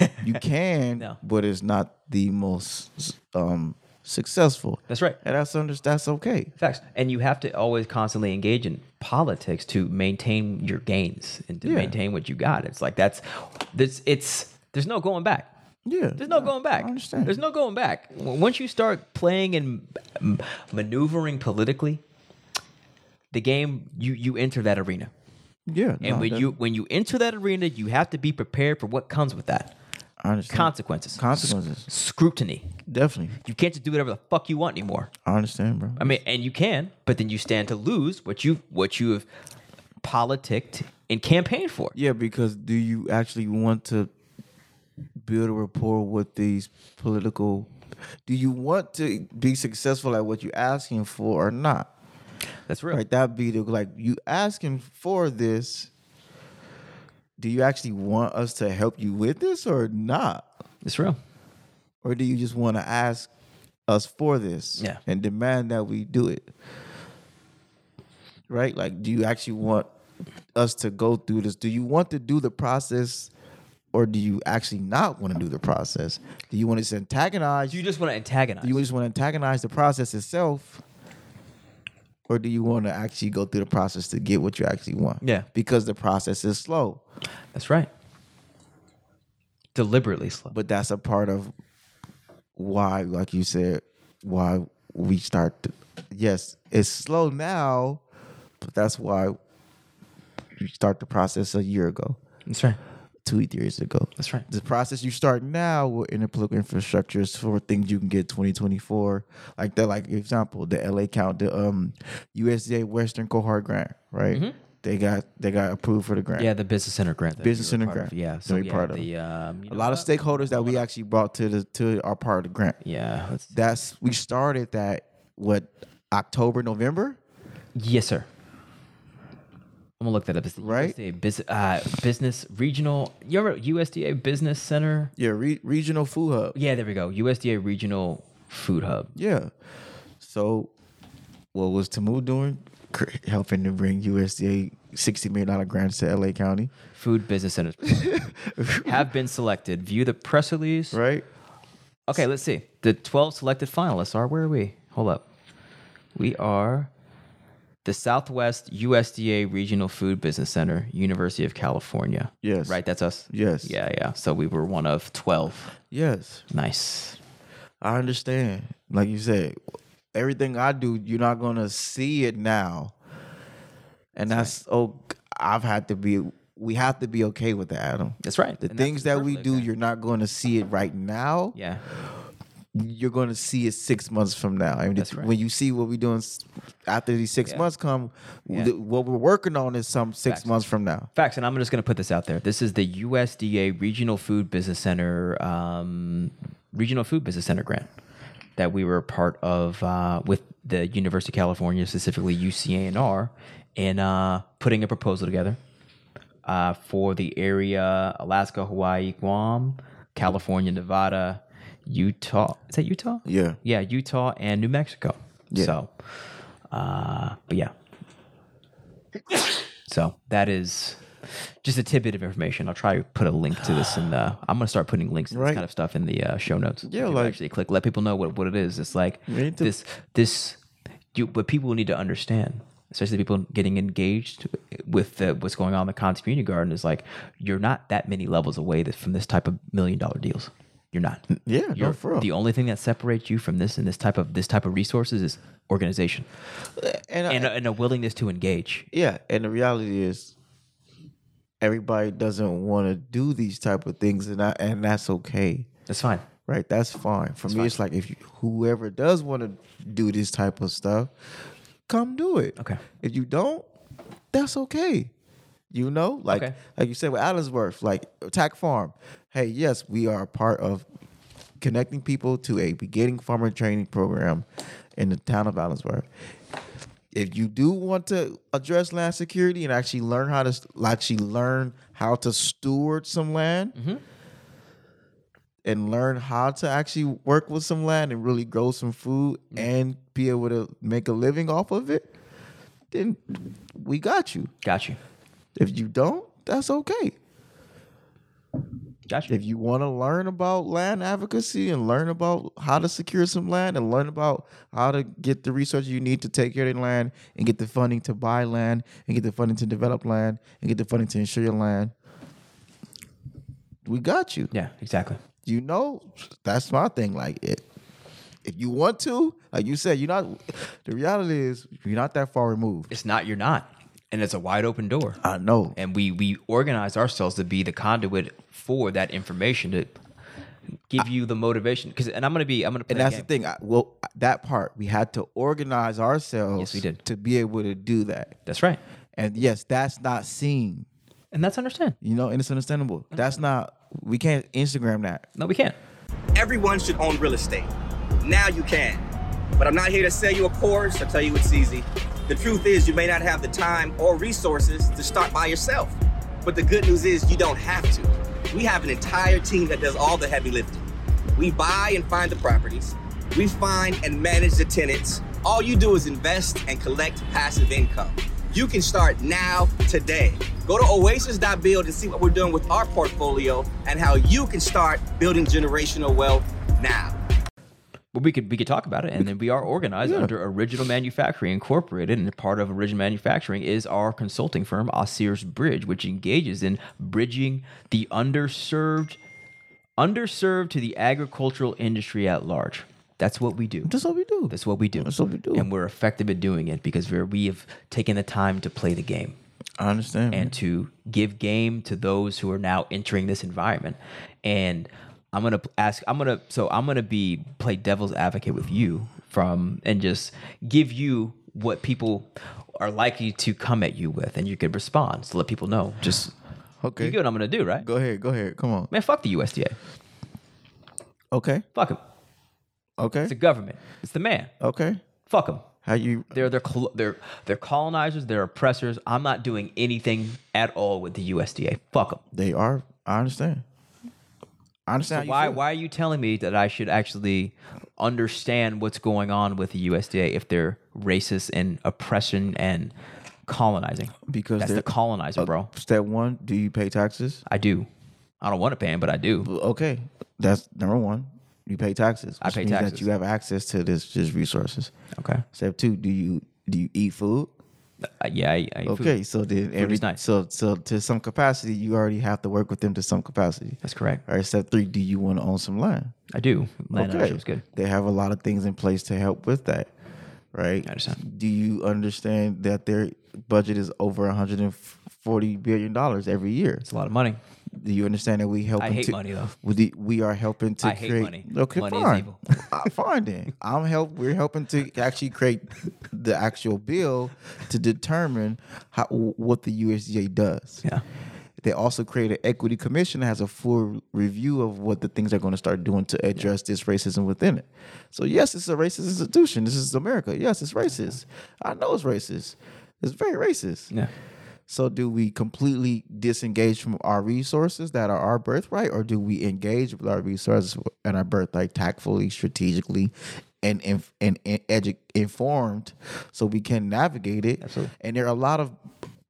[LAUGHS]
You can,
No.
but it's not the most um, successful.
That's right.
and that's under, that's okay.
Facts. And you have to always constantly engage in politics to maintain your gains and to
Yeah.
maintain what you got. It's like that's this it's there's no going back.
Yeah,
There's no going back.
I understand.
There's no going back. W- Once you start playing and m- maneuvering politically, the game you you enter that arena.
yeah,
And
no,
when
that-
you when you enter that arena, you have to be prepared for what comes with that.
I understand.
Consequences.
Consequences,
scrutiny.
definitely.
You can't just do whatever the fuck you want anymore.
I understand, bro.
I mean, and you can, but then you stand to lose what you what you have politicked and campaigned for.
Yeah, because do you actually want to build a rapport with these political? Do you want to be successful at what you're asking for or not?
That's real.
Right, that be the like you asking for this. Do you actually want us to help you with this or not?
That's real.
Or do you just want to ask us for this
Yeah.
and demand that we do it? Right? Like, do you actually want us to go through this? Do you want to do the process or do you actually not want to do the process? Do you want to antagonize?
You just want to antagonize.
do you just want to antagonize the process itself? Or do you want to actually go through the process to get what you actually want?
Yeah.
Because the process is slow.
That's right. Deliberately slow.
but that's a part of why like you said why we start to, yes it's slow now but that's why you start the process a year ago
That's right.
two years ago
That's right.
the process you start now will in the political infrastructures for things you can get 2024 like that like example the la count the um usda western cohort grant right they got they got approved for the grant
Yeah, the business center grant. that
Business
we were
center
part of.
grant.
Yeah.
That
So
we
yeah,
part of.
the, um, you
a
know
lot of
what?
stakeholders that we actually brought to the to our part of the grant
Yeah. let's-
that's we started that what October, November,
Yes, sir. I'm gonna look that up. It's the
Right?
USDA bus- uh, business regional. You ever USDA Business Center?
Yeah, re- regional food hub.
Yeah, there we go. USDA Regional Food Hub.
Yeah. So, what was Tamu doing? Cr- Helping to bring USDA sixty million dollar grants to LA County,
Food business
[LAUGHS]
centers have been selected. View the press release.
right?
Okay, let's see. The 12 selected finalists are where are we? Hold up. We are the Southwest USDA Regional Food Business Center, University of California.
Yes.
Right, that's us.
Yes.
Yeah, yeah. So we were one of 12.
Yes,
Nice.
I understand. Like you said, everything I do, you're not gonna see it now, and that's oh, I've had to be. We have to be okay with that, Adam.
That's right.
The
And that's
things that we
perfect,
do,
man.
you're not going to see it right now.
Yeah.
You're going to see it six months from now. I mean,
That's
if-
right.
when you see what we're doing s- after these six
Yeah.
months come,
Yeah.
th- what we're working on is some six
Facts.
months from now.
Facts, and I'm just going to put this out there. This is the USDA Regional Food Business Center, um, Regional Food Business Center grant that we were a part of uh, with the University of California, specifically UCANR, in uh, putting a proposal together uh, for the area Alaska, Hawaii, Guam, California, Nevada, Utah. Is that Utah?
Yeah.
Yeah, Utah and New Mexico.
Yeah.
So, uh, but yeah. so that is just a tidbit of information. I'll try to put a link to this, and uh, I'm gonna start putting links to this
Right.
kind of stuff in the uh, show notes.
Yeah,
People
like-
actually click, let people know what, what it is. It's like
need to-
this this you, what people need to understand. Especially people getting engaged with uh what's going on in the Cons Community Garden is like you're not that many levels away that- from this type of million dollar deals. You're not.
Yeah, no,
You're-
for real.
The only thing that separates you from this and this type of this type of resources is organization
And, uh,
and uh, a, and a willingness to engage.
yeah, and the reality is everybody doesn't want to do these type of things and I, and that's okay.
That's fine.
Right? That's fine. For me it's like if you, whoever does want to do this type of stuff, come do it.
Okay.
If you don't, that's okay. You know, like
Okay.
like you said with Allensworth, like Attack Farm. Hey, yes, we are a part of connecting people to a beginning farmer training program in the town of Allensworth. If you do want to address land security and actually learn how to actually learn how to steward some land and learn how to actually work with some land and really grow some food and be able to make a living off of it, then we got you.
Got you.
If you don't, that's okay.
Got you.
If you want to learn about land advocacy and learn about how to secure some land and learn about how to get the resources you need to take care of your land and get the funding to buy land and get the funding to develop land and get the funding to insure your land, we got you.
Yeah, exactly.
you know, that's my thing. Like it, if you want to, like you said, you're not. The reality is, you're not that far removed.
It's not. You're not. And it's a wide open door.
I know.
and we we organize ourselves to be the conduit for that information to give you the motivation. Because and I'm gonna be I'm gonna play
And that's
a
the
game.
thing. I, well, that part we had to organize ourselves.
Yes, we did.
to be able to do that.
That's right,
And yes, that's not seen.
and that's understand.
You know, and it's understandable.
Mm-hmm.
That's not. We can't Instagram that.
No, we can't.
Everyone should own real estate. Now you can. But I'm not here to sell you a course or tell you it's easy. The truth is, you may not have the time or resources to start by yourself. But the good news is, you don't have to. We have an entire team that does all the heavy lifting. We buy and find the properties, we find and manage the tenants. All you do is invest and collect passive income. You can start now, today. Go to oasis.build and see what we're doing with our portfolio and how you can start building generational wealth now.
But we could we could talk about it, and then we are organized under Original Manufacturing Incorporated, and part of Original Manufacturing is our consulting firm, Osiris Bridge, which engages in bridging the underserved, underserved to the agricultural industry at large. That's what we do.
That's what we do.
That's what we do. That's
what we do.
And we're effective at doing it because we're, we have taken the time to play the game
I understand.
and to give game to those who are now entering this environment. And I'm gonna ask. I'm gonna so I'm gonna be play devil's advocate with you from and just give you what people are likely to come at you with, and you could respond to let people know. Just
okay.
you get what I'm gonna do, right?
Go ahead. Go ahead. Come on.
Man, fuck the USDA.
Okay.
Fuck him.
Okay.
It's the government. It's the man.
Okay.
Fuck him.
How you?
They're they're col- they're they're colonizers. They're oppressors. I'm not doing anything at all with the USDA. Fuck them.
They are. I understand. I understand. how you
Why
feel.
why are you telling me that I should actually understand what's going on with the USDA if they're racist and oppression and colonizing?
Because
that's
they're- Oh.
the colonizer, bro.
Step one: Do you pay taxes?
I do. I don't want to pay him, but I do.
Okay, that's number one. You pay taxes.
I
which
pay
means
taxes.
That you have access to this, this resources.
Okay.
Step two: Do you do you eat food?
Uh, yeah. I, I eat food.
Okay, so then every
is nice.
so so to some capacity, you already have to work with them to some capacity.
That's correct.
All right. Step three: Do you want to own some land?
I do. Land
okay.
ownership's good.
They have a lot of things in place to help with that, right?
I understand.
Do you understand that their budget is over 140 billion dollars every year?
It's a lot of money.
Do you understand that we help?
I
them
hate
to,
money, though.
We, we are helping to
I hate
create.
money.
Okay,
Money is
fine.
evil.
[LAUGHS] Uh, fine then. I'm help. We're helping to actually create the actual bill to determine how what the USDA does.
Yeah.
They also create an equity commission that has a full review of what the things they're going to start doing to address this racism within it. So yes, it's a racist institution. This is America. Yes, it's racist. I know it's racist. It's very racist.
Yeah.
So do we completely disengage from our resources that are our birthright, or do we engage with our resources and our birthright tactfully, strategically, and inf- and, and edu- informed, so we can navigate it?
Absolutely.
And there are a lot of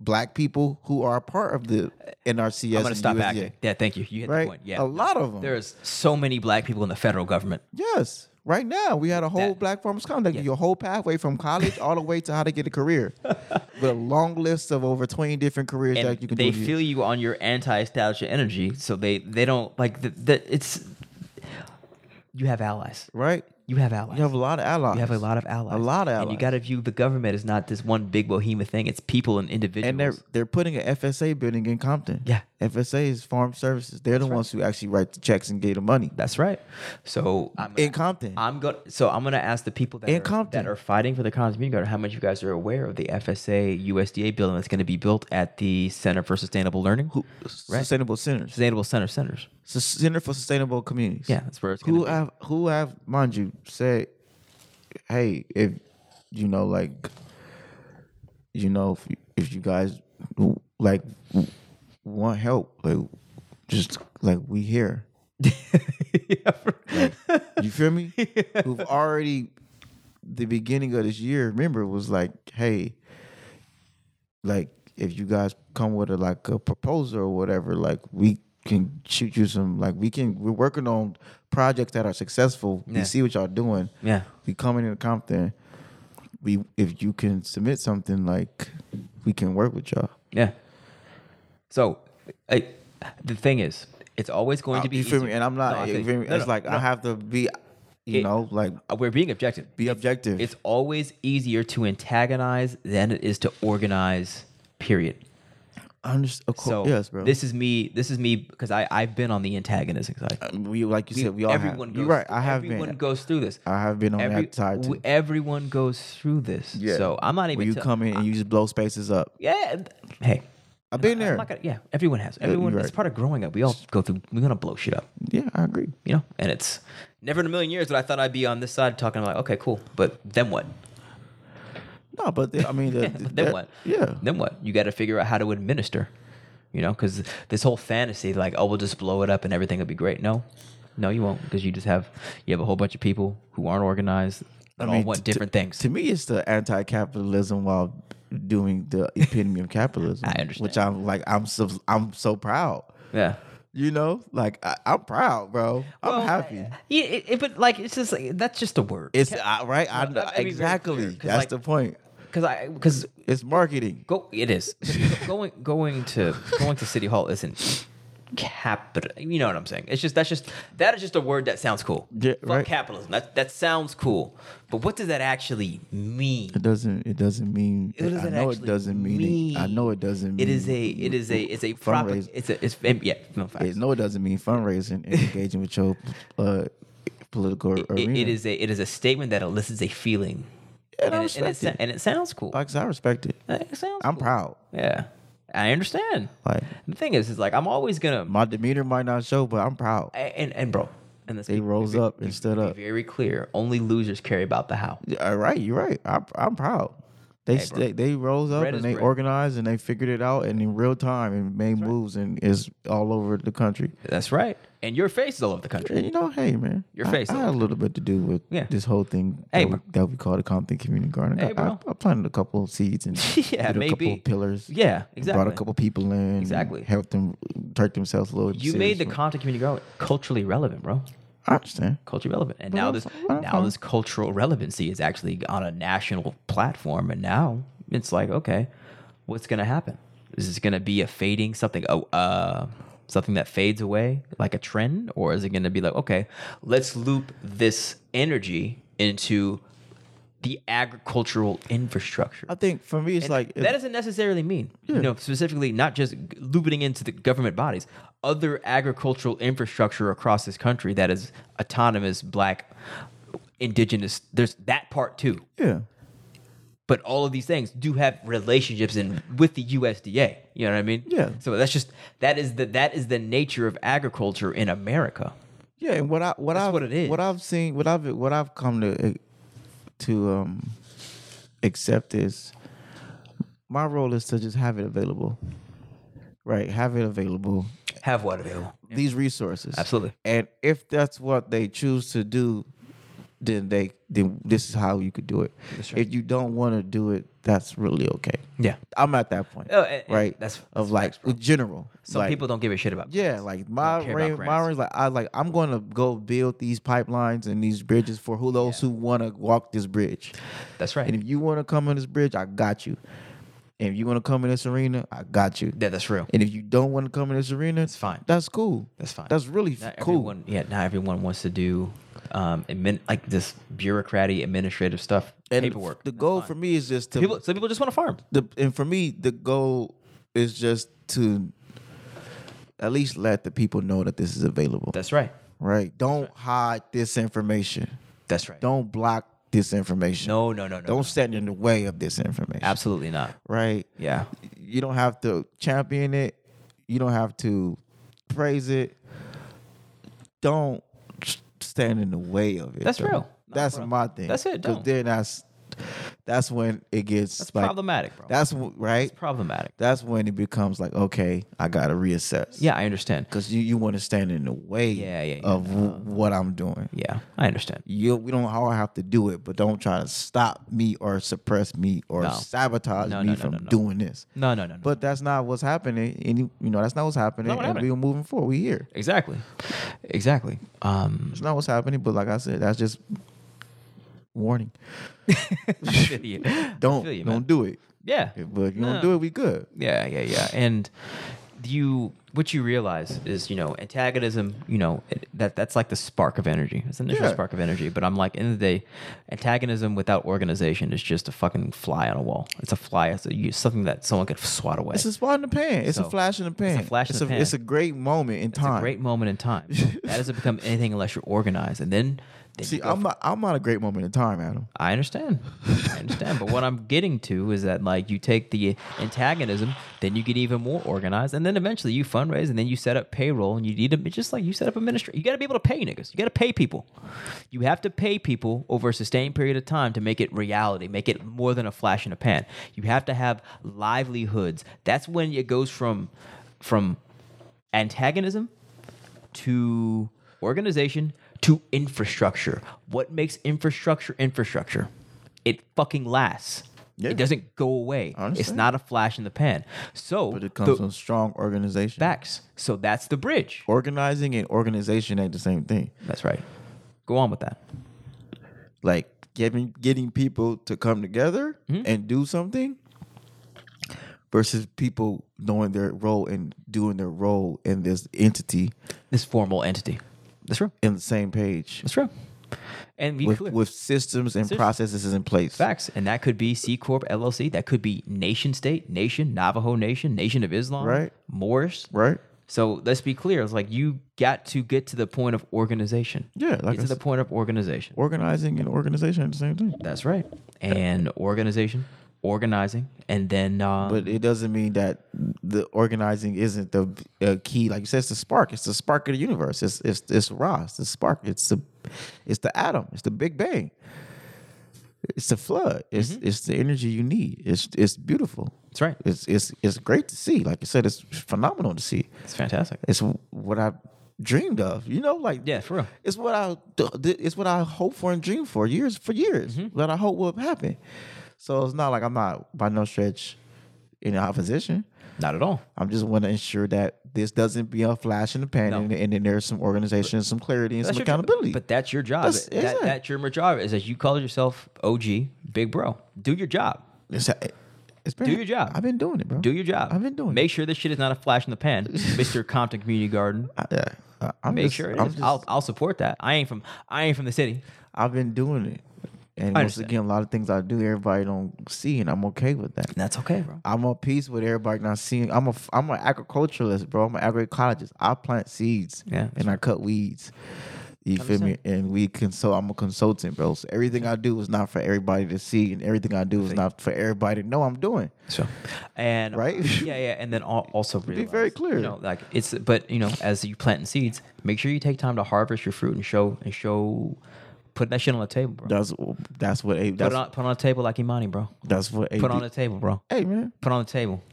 black people who are a part of the NRCS.
I'm gonna
and
stop
USDA,
acting. Yeah, thank you. You hit the
Right,
point. Yeah,
a lot of them.
There's so many black people in the federal government.
Yes. Right now, we had a whole
That-
black farmers conduct, your whole pathway from college all the way to how to get
[LAUGHS]
a career, with a long list of over twenty different careers
And
that you can
they
do.
feel you on your anti-establishment energy, so they they don't like that. The, it's you have allies.
right.
You have allies.
You have a lot of allies.
You have a lot of allies.
A lot of allies.
And you got to view the government as not this one big behemoth thing. It's people and individuals.
and they're they're putting an FSA building in Compton.
Yeah.
FSA is Farm Services. They're the ones who actually write the checks and get the money.
That's right. So I'm
In Compton.
I'm going. So I'm gonna ask the people that
In
are,
Compton.
that are fighting for the Commons Community Garden how much you guys are aware of the FSA USDA building that's going to be built at the Center for Sustainable Learning, Who,
Sustainable centers,
Sustainable Center Centers.
S- Center for Sustainable Communities.
Yeah, that's where it's
who
gonna be.
have who have mind you said, hey, if you know like, you know if you- if you guys like want help, like just like we here. You
[LAUGHS]
feel me? Who've already the beginning of this year, remember, was like, hey, like if you guys come with a like a proposal or whatever, like we can shoot you some like we can we're working on projects that are successful.
Yeah.
We see what y'all doing.
Yeah.
We coming in Compton. We if you can submit something like we can work with y'all.
Yeah. So, I, the thing is, it's always going to be.
Uh, you feel me?
easier-
And I'm not
No, I
you
feel
feel
you.
me?
No,
it's
no,
like
no.
I have to be you
It-
know, like
we're being objective.
be objective.
It's always easier to antagonize than it is to organize. Period.
I understand, of course,
So
yes, bro.
this is me. This is me because I I've been on the antagonistic side.
we like you said Uh, we all
everyone goes.
have. You're right. I have
everyone
been.
goes through this.
I have been on
Every-
that side too.
w- Everyone goes through this.
Yeah.
So I'm not even.
Where you
tell-
come in and you just blow spaces up.
Yeah. th- Hey.
I've been
I'm
there.
not gonna, yeah. Everyone has. Everyone.
you're
It's
right.
part of growing up. We all go through. We're gonna blow shit up.
[LAUGHS] Yeah,
[LAUGHS]
I agree.
You know. And it's never in a million years that I thought I'd be on this side talking like, okay, cool, but then what? [LAUGHS]
No, but the, I mean, [LAUGHS] the,
But
the-
then what?
Yeah,
Then what? You got to figure out how to administer. You know, because this whole fantasy, like, oh, we'll just blow it up and everything will be great. No, no, you won't, because you just have you have a whole bunch of people who aren't organized that all
mean,
want
t-
different things.
to me, it's the anti-capitalism while doing the epitome of capitalism.
I understand.
Which I'm like, I'm so, I'm so proud.
yeah.
You know, like I, I'm proud, bro. I'm
Well,
happy.
Yeah, it, it- but like, it's just like, that's just a word.
it's I, right. I,
let me be very
exactly.
clear, 'cause,
That's
like-
the point.
because I because
It's marketing.
go it is going going to going to city hall isn't capital. You know what I'm saying? It's just that's just that is just a word that sounds cool.
Yeah,
Fuck
right.
capitalism. That that sounds cool, but what does that actually mean?
It doesn't. It doesn't mean.
What does
I
it
know it
actually
doesn't mean. It, I know it doesn't. mean
It is a. It is a. It's a prop.
fundraising.
It's a. It's yeah. No
It,
facts.
no, it doesn't mean
[LAUGHS]
fundraising and engaging with your uh, political
It-
arena.
it is a. It is a statement that elicits a feeling,
and, I
and it, and, it,
respect
sa-
it.
and it sounds cool. Uh,
Like, I respect it.
It sounds
I'm
cool.
proud.
Yeah, I understand.
Like-
the thing is, is like I'm always gonna.
My demeanor might not show, but I'm proud.
And and bro, And let's
They
be-
rose
be-
up and stood
be
up.
Very clear. Only losers care about the how.
Yeah, All right, you're right. I, I'm proud. They,
Hey, bro.
they they rose up
Bread is
and they
bread.
organized and they figured it out and in real time and made moves and is all over the country.
That's right. And your face is all over the country.
And you know, hey man,
Your
I-
face
I, had a little bit to do with
Yeah.
this whole thing
Hey,
that, we,
bro.
that we call the Compton Community Garden.
Hey,
I-
bro.
I, I planted a couple of
[LAUGHS]
seeds and
Yeah,
did a couple
maybe.
of pillars.
Yeah,
and Brought
exactly.
a couple people in. and
Exactly.
Helped them turk themselves a little.
You made the
serious.
content community grow culturally relevant, bro.
I understand.
Culturally relevant. And now this
that's fine.
now this cultural relevancy is actually on a national platform. And now it's like, okay, what's gonna happen? Is this gonna be a fading something oh uh something that fades away like a trend? Or is it gonna be like, okay, let's loop this energy into the agricultural infrastructure?
I think for me, it's
And
like
that doesn't necessarily mean you know specifically not just g- looping into the government bodies other agricultural infrastructure across this country that is autonomous black indigenous there's that part too
yeah.
but all of these things do have relationships in with the USDA you know what i mean
Yeah.
so that's just that is the that is the nature of agriculture in america
Yeah, and what I what
That's
I've
what it is.
what I've seen what I've what I've come to eh, to um accept is my role is to just have it available. Right, have it available.
have what available
These resources.
Absolutely.
And if that's what they choose to do, then they then this is how you could do it. If you don't want to do it, that's really okay.
Yeah.
I'm at that point.
Oh, and- and
right.
that's-
of like general.
some
like,
people don't give a shit about
yeah, like my
care about
ring, my
grants.
ring's like I like I'm going to go build these pipelines and these bridges for who those who want to walk this bridge.
that's right
And if you want to come in this bridge, I got you. And if you want to come in this arena, I got you.
yeah that's real
And if you don't want to come in this arena, it's
fine.
That's cool.
That's fine.
That's really
not
cool.
Everyone, yeah, not everyone wants to do um, admin, like this bureaucratic administrative stuff,
and
paperwork.
The goal for me is just to
people, some people just want to farm.
the and for me the goal is just to at least let the people know that this is available.
That's right.
right. Don't hide this information.
That's right.
Don't block this information.
No, no, no, no.
Don't
no.
stand in the way of this information.
Absolutely not.
Right?
Yeah.
You don't have to champion it. You don't have to praise it. Don't stand in the way of it.
That's
though.
real. No,
that's
bro.
my thing.
That's it,
'Cause
don't.
then that's that's when it gets
That's
like,
problematic, bro.
That's wh- right.
Problematic.
that's when it becomes like okay, I gotta reassess.
Yeah, I understand.
Because you, you want to stand in the way
Yeah, yeah, Uh-huh. yeah.
of wh- what I'm doing
Yeah, I understand.
you we don't all have to do it, but don't try to stop me or suppress me or
No.
sabotage
No,
me
no, no,
from
no, no.
doing this.
No, no, no, no.
But that's not what's happening. And you, you know, that's not what's happening.
Not what
and
happened.
we are moving forward. We here.
exactly, exactly. [LAUGHS] Um,
It's not what's happening, but like I said, that's just warning.
[LAUGHS] I feel you. I
Don't
feel you, man.
don't do it.
[LAUGHS] Yeah,
But if you
No.
don't do it, we good.
Yeah, yeah, yeah. And you, what you realize is, you know, antagonism. You know, it- that that's like the spark of energy. It's an initial
Yeah.
spark of energy. But I'm like, end of the day, antagonism without organization is just a fucking fly on a wall. It's a fly. It's a, you, something that someone could swat away.
It's a spot in the pan. It's
So,
a flash in the pan.
flash in
it's
the
a,
pan.
It's a great moment in
It's
time.
a great moment in
[LAUGHS]
time. that doesn't become anything unless you're organized. And then, then
See,
you go
I'm not, I'm not a great moment in time, Adam.
I understand. I understand. But what I'm getting to is that like you take the antagonism, then you get even more organized, and then eventually you fundraise, and then you set up payroll, and you need to it's just like you set up a ministry. You got to be able to pay niggas. You got to pay people. You have to pay people over a sustained period of time to make it reality, make it more than a flash in a pan. You have to have livelihoods. That's when it goes from from antagonism to organization to infrastructure. What makes infrastructure infrastructure? It fucking lasts.
Yeah.
It doesn't go away. It's
understand.
not a flash in the pan. So
But it comes
the
from strong organization.
facts. So that's the bridge.
Organizing and organization ain't the same thing.
That's right. Go on with that.
like getting getting people to come together and do something versus people knowing their role and doing their role in this entity
This formal entity. That's true.
in the same page
That's true. And be
with,
clear.
with systems and processes in place.
Facts. And that could be C Corp LLC. That could be nation state, nation, Navajo nation, nation of Islam,
Right.
Morris.
Right?
So let's be clear. It's like you got to get to the point of organization.
Yeah, like
get
I
to the
s-
point of organization.
Organizing and organization are the same thing.
That's right. And organization, organizing, and then uh,
But it doesn't mean that the organizing isn't the uh, key. Like you said, it's the spark. It's the spark of the universe. It's it's it's raw. It's the spark. It's the it's the atom. It's the Big Bang. It's the flood. It's it's the energy you need. It's it's beautiful.
Mm-hmm. That's right.
It's it's it's great to see. Like you said, it's phenomenal to see.
It's fantastic.
It's what I dreamed of. You know, like
Yeah, for real.
It's what I it's what I hope for and dream for years for years.
Mm-hmm.
That I hope will happen. So it's not like I'm not by no stretch in opposition.
Not at all.
I'm just want to ensure that this doesn't be a flash in the pan,
No.
and, and then there's some organization, some clarity, and some
your
accountability.
Job. But that's your job.
That's-
that,
yeah.
that's your job is that you call yourself OG, big bro. Do your job.
It's- uh, it's been-
Do your job.
I've been doing it, bro.
Do your job.
I've been doing
Make
it.
sure this shit is not a flash in the pan, [LAUGHS] Mister Compton Community Garden.
I, yeah, I- I'm
Make
just-
sure it
I'm
is.
just-
I'll I'll support that. I ain't from I ain't from the city.
I've been doing it. And
I
once
understand.
again, a lot of things I do, everybody don't see, and I'm okay with that.
And that's okay, bro.
I'm at peace with everybody not seeing. I'm a f- I'm an agriculturalist, bro. I'm an agroecologist. I plant seeds,
Yeah, that's
and I cut weeds. You feel me? And we consult. I'm a consultant, bro. So everything I do is not for everybody to see, and everything I do is not for everybody to know I'm doing.
So, and
Right?
[LAUGHS] yeah, yeah, and then al- also realize,
very clear.
You know, like it's, but you know, as you planting seeds, make sure you take time to harvest your fruit and show and show, put that shit on the table, bro.
That's that's what a
put,
that's
it on, put it on the table like Imani, bro.
that's what a
Put it on the table, bro.
Hey man,
Put it on the table.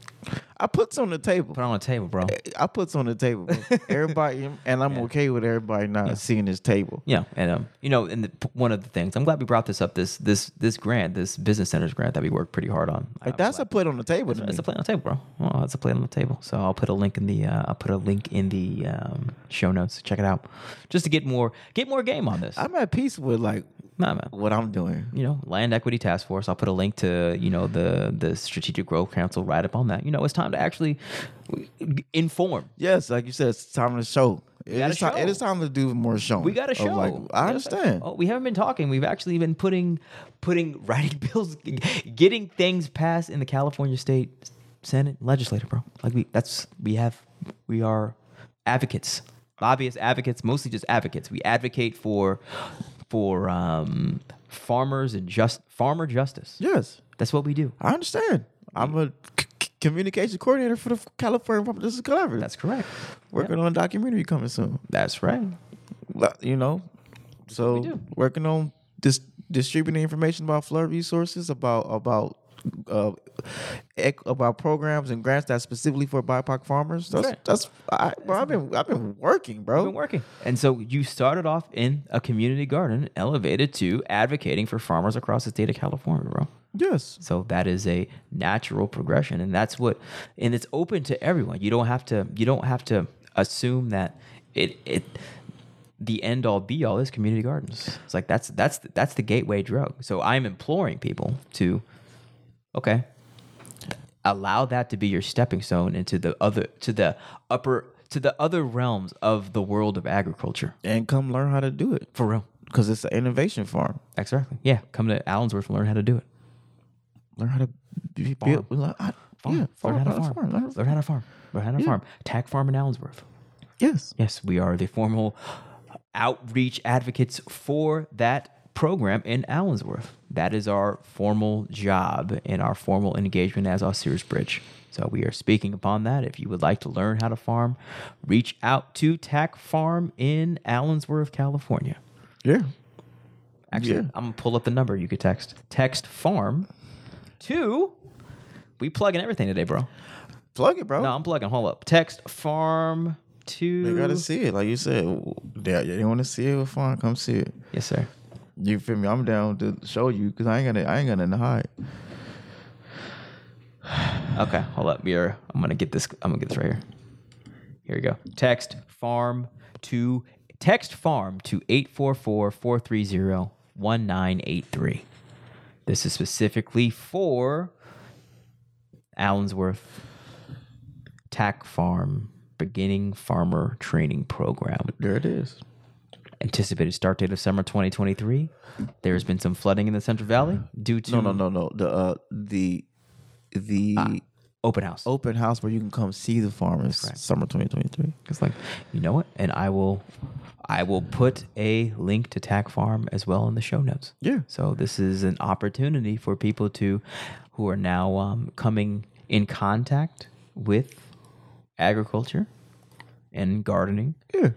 I puts on the table.
Put it on the table, bro.
I puts on the
[LAUGHS]
table. bro. everybody, and I'm okay with everybody not seeing this table.
Yeah, and um, you know, and the, one of the things I'm glad we brought this up this this this grant, this business centers grant that we worked pretty hard on. I was
Like that's a put on the table. to
It's
me.
a play on the table, bro. Well, it's a play on the table. So I'll put a link in the uh, I'll put a link in the um, show notes. Check it out, just to get more get more game on this.
I'm at peace with like
Nah, man.
what I'm doing.
You know, Land Equity Task Force. I'll put a link to you know the the Strategic Growth Council write up on that. You know, it's time to actually inform.
Yes, like you said, it's time to show. It
gotta
is, time, it
show.
is time to do more showing.
We got to
of,
show.
Like, I
Yes,
understand.
Oh, we haven't been talking. We've actually been putting, putting writing [LAUGHS] bills, getting things passed in the California State Senate legislature, bro. Like we, that's we have, we are advocates, lobbyist advocates, mostly just advocates. We advocate for, for um, farmers and just farmer justice.
Yes,
That's what we do.
I understand. I'm a c- c- communication coordinator for the California Public Citizen Collaborative.
That's correct.
working on a documentary coming soon.
That's right.
Like, You know, so
do.
working on dis- distributing information about flood resources, about about uh, ec- about programs and grants that's specifically for BIPOC farmers. That's
right.
that's, I, bro. I've been I've been working, bro.
been working. And so you started off in a community garden, elevated to advocating for farmers across the state of California, bro.
Yes,
So that is a natural progression, and that's what, and it's open to everyone. You don't have to. You don't have to assume that it it the end all be all is community gardens. It's like that's that's that's the gateway drug. So I'm imploring people to, okay, allow that to be your stepping stone into the other to the upper to the other realms of the world of agriculture.
and come learn how to do it.
For real,
Because it's an innovation farm.
exactly. Yeah, come to Allensworth and learn how to do it.
Learn how to b- build. learn- I-
farm.
Yeah, farm,
learn how to
learn
farm.
farm, learn-
Learn how to farm. Learn how to farm. Tack Farm in Allensworth.
Yes.
Yes, we are the formal outreach advocates for that program in Allensworth. That is our formal job and our formal engagement as our Sears Bridge. So we are speaking upon that. If you would like to learn how to farm, reach out to Tack Farm in Allensworth, California.
Yeah.
Actually,
Yeah.
I'm gonna pull up the number you could text. Text farm to. We plug in everything today, bro.
Plug it, bro.
No, I'm plugging. Hold up. Text farm to.
They gotta see it. Like you said, w- they, they want to see it with fun. Come see it.
Yes, sir.
You feel me? I'm down to show you because I ain't gonna I ain't gonna hide.
Okay, hold up. We are. I'm gonna get this. I'm gonna get this right here. Here we go. Text farm to. Text farm to 844-430-1983. This is specifically for Allensworth Tack Farm Beginning Farmer Training Program.
There it is.
anticipated start date of summer 2023. There has been some flooding in the Central Valley due to
No, no, no, no. The uh, the the
open house.
open house where you can come see the farmers. Summer 2023.
It's like, you know what? And I will I will put a link to Tack Farm as well in the show notes.
Yeah.
So this is an opportunity for people to who are now um, coming in contact with agriculture and gardening.
Yeah.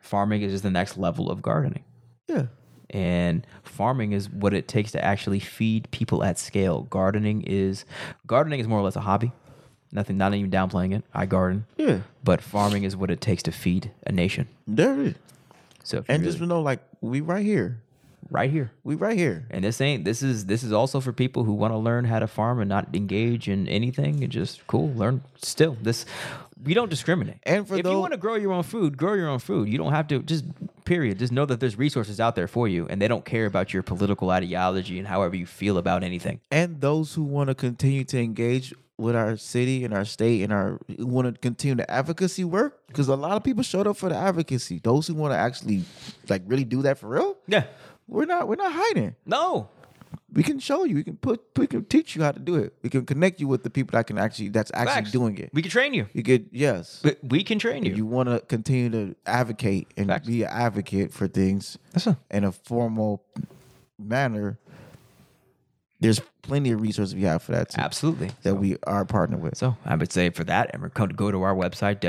Farming is just the next level of gardening.
Yeah.
And farming is what it takes to actually feed people at scale. Gardening is gardening is more or less a hobby. Nothing not even downplaying it. I garden.
Yeah.
But farming is what it takes to feed a nation.
There it is.
So if you
And
really-
just know like we right here.
right here.
We right here.
And this ain't this is this is also for people who want to learn how to farm and not engage in anything and just cool learn still this we don't discriminate.
And for
if you
tho-
want to grow your own food, grow your own food. You don't have to just period. Just know that there's resources out there for you, and they don't care about your political ideology and however you feel about anything.
and those who want to continue to engage with our city and our state and our want to continue the advocacy work because a lot of people showed up for the advocacy those who want to actually like really do that for real
Yeah.
we're not we're not hiding
No.
we can show you we can put we can teach you how to do it we can connect you with the people that can actually that's actually
Facts.
doing it
We can train you.
you get yes
But we can train you.
you want to continue to advocate and
Facts.
be an advocate for things
That's a-
in a formal manner there's plenty of resources we have for that too
Absolutely.
that we are partnered with.
So I would say for that, and come to go to our website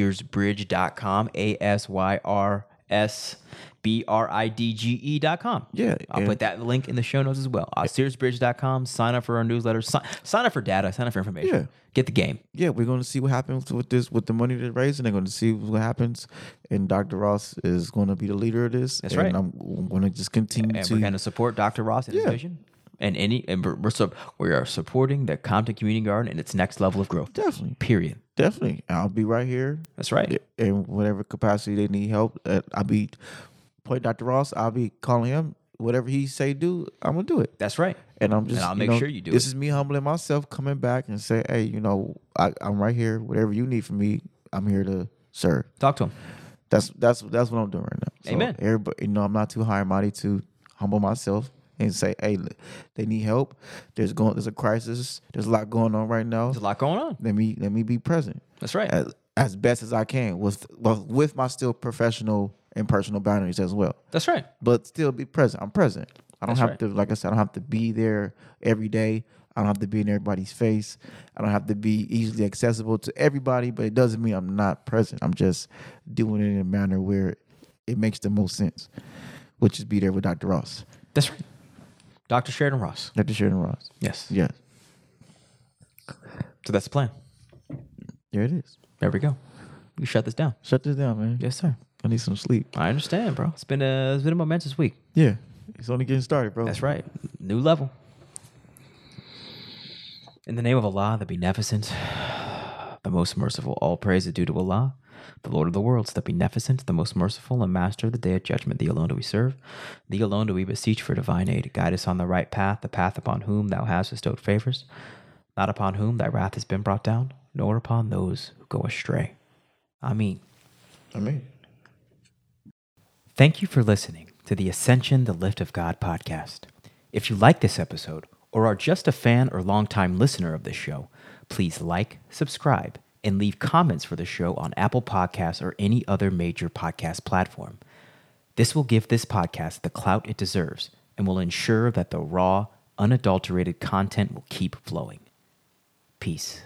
www.asyrsbridge.com, a s y r s b r i d g e dot com.
Yeah,
I'll
and-
put that link in the show notes as well. Uh, Asyrsbridge.com. Sign up for our newsletter. Sign, sign up for data. Sign up for information.
Yeah.
Get the game.
yeah, we're going to see what happens with this, with the money they're raising. They're going to see what happens, and Dr. Ross is going to be the leader of this. That's
right.
And I'm going to just continue
and
to.
we're going to support Dr. Ross in his
Yeah.
vision. And any and we're, we're sup- we are supporting the Compton Community Garden and its next level of growth.
Definitely,
Period.
definitely. I'll be right here
That's right.
in whatever capacity they need help. Uh, I'll be point Dr. Ross. I'll be calling him. Whatever he say do, I'm gonna do it.
That's right.
And I'm just
And I'll
you
make
know,
sure you do
This
it.
is me humbling myself, coming back and say, hey, you know, I, I'm right here. Whatever you need from me, I'm here to serve.
Talk to him.
That's that's that's what I'm doing right now. So
Amen.
Everybody, you know, I'm not too high and mighty to humble myself and say, "Hey, look, they need help. There's going, there's a crisis. There's a lot going on right now.
There's a lot going on.
Let me let me be present
That's right.
as, as best as I can with well, with my still professional and personal boundaries as well.
That's right.
But still be present. I'm present. I don't
That's
have
right.
to, like I said, I don't have to be there every day. I don't have to be in everybody's face. I don't have to be easily accessible to everybody, but it doesn't mean I'm not present. I'm just doing it in a manner where it makes the most sense, which is be there with Dr. Ross,
That's right. Dr. Sheridan Ross.
Dr. Sheridan Ross.
Yes.
Yeah,
So that's the plan.
there it is.
There we go. We shut this down.
Shut this down, man.
Yes, sir.
I need some sleep.
I understand, bro. It's been a it's been a momentous week.
Yeah, it's only getting started, bro.
That's right. New level. In the name of Allah, the Beneficent, the Most Merciful, all praise is due to Allah, the Lord of the worlds, the Beneficent, the Most Merciful, and Master of the Day of Judgment. Thee alone do we serve. Thee alone do we beseech for divine aid. Guide us on the right path, the path upon whom Thou hast bestowed favors, not upon whom Thy wrath has been brought down, nor upon those who go astray. I mean.
I mean.
Thank you for listening to the Ascension, the Lift of God podcast. If you like this episode or are just a fan or longtime listener of this show, please like, subscribe, and leave comments for the show on Apple Podcasts or any other major podcast platform. This will give this podcast the clout it deserves and will ensure that the raw, unadulterated content will keep flowing. Peace.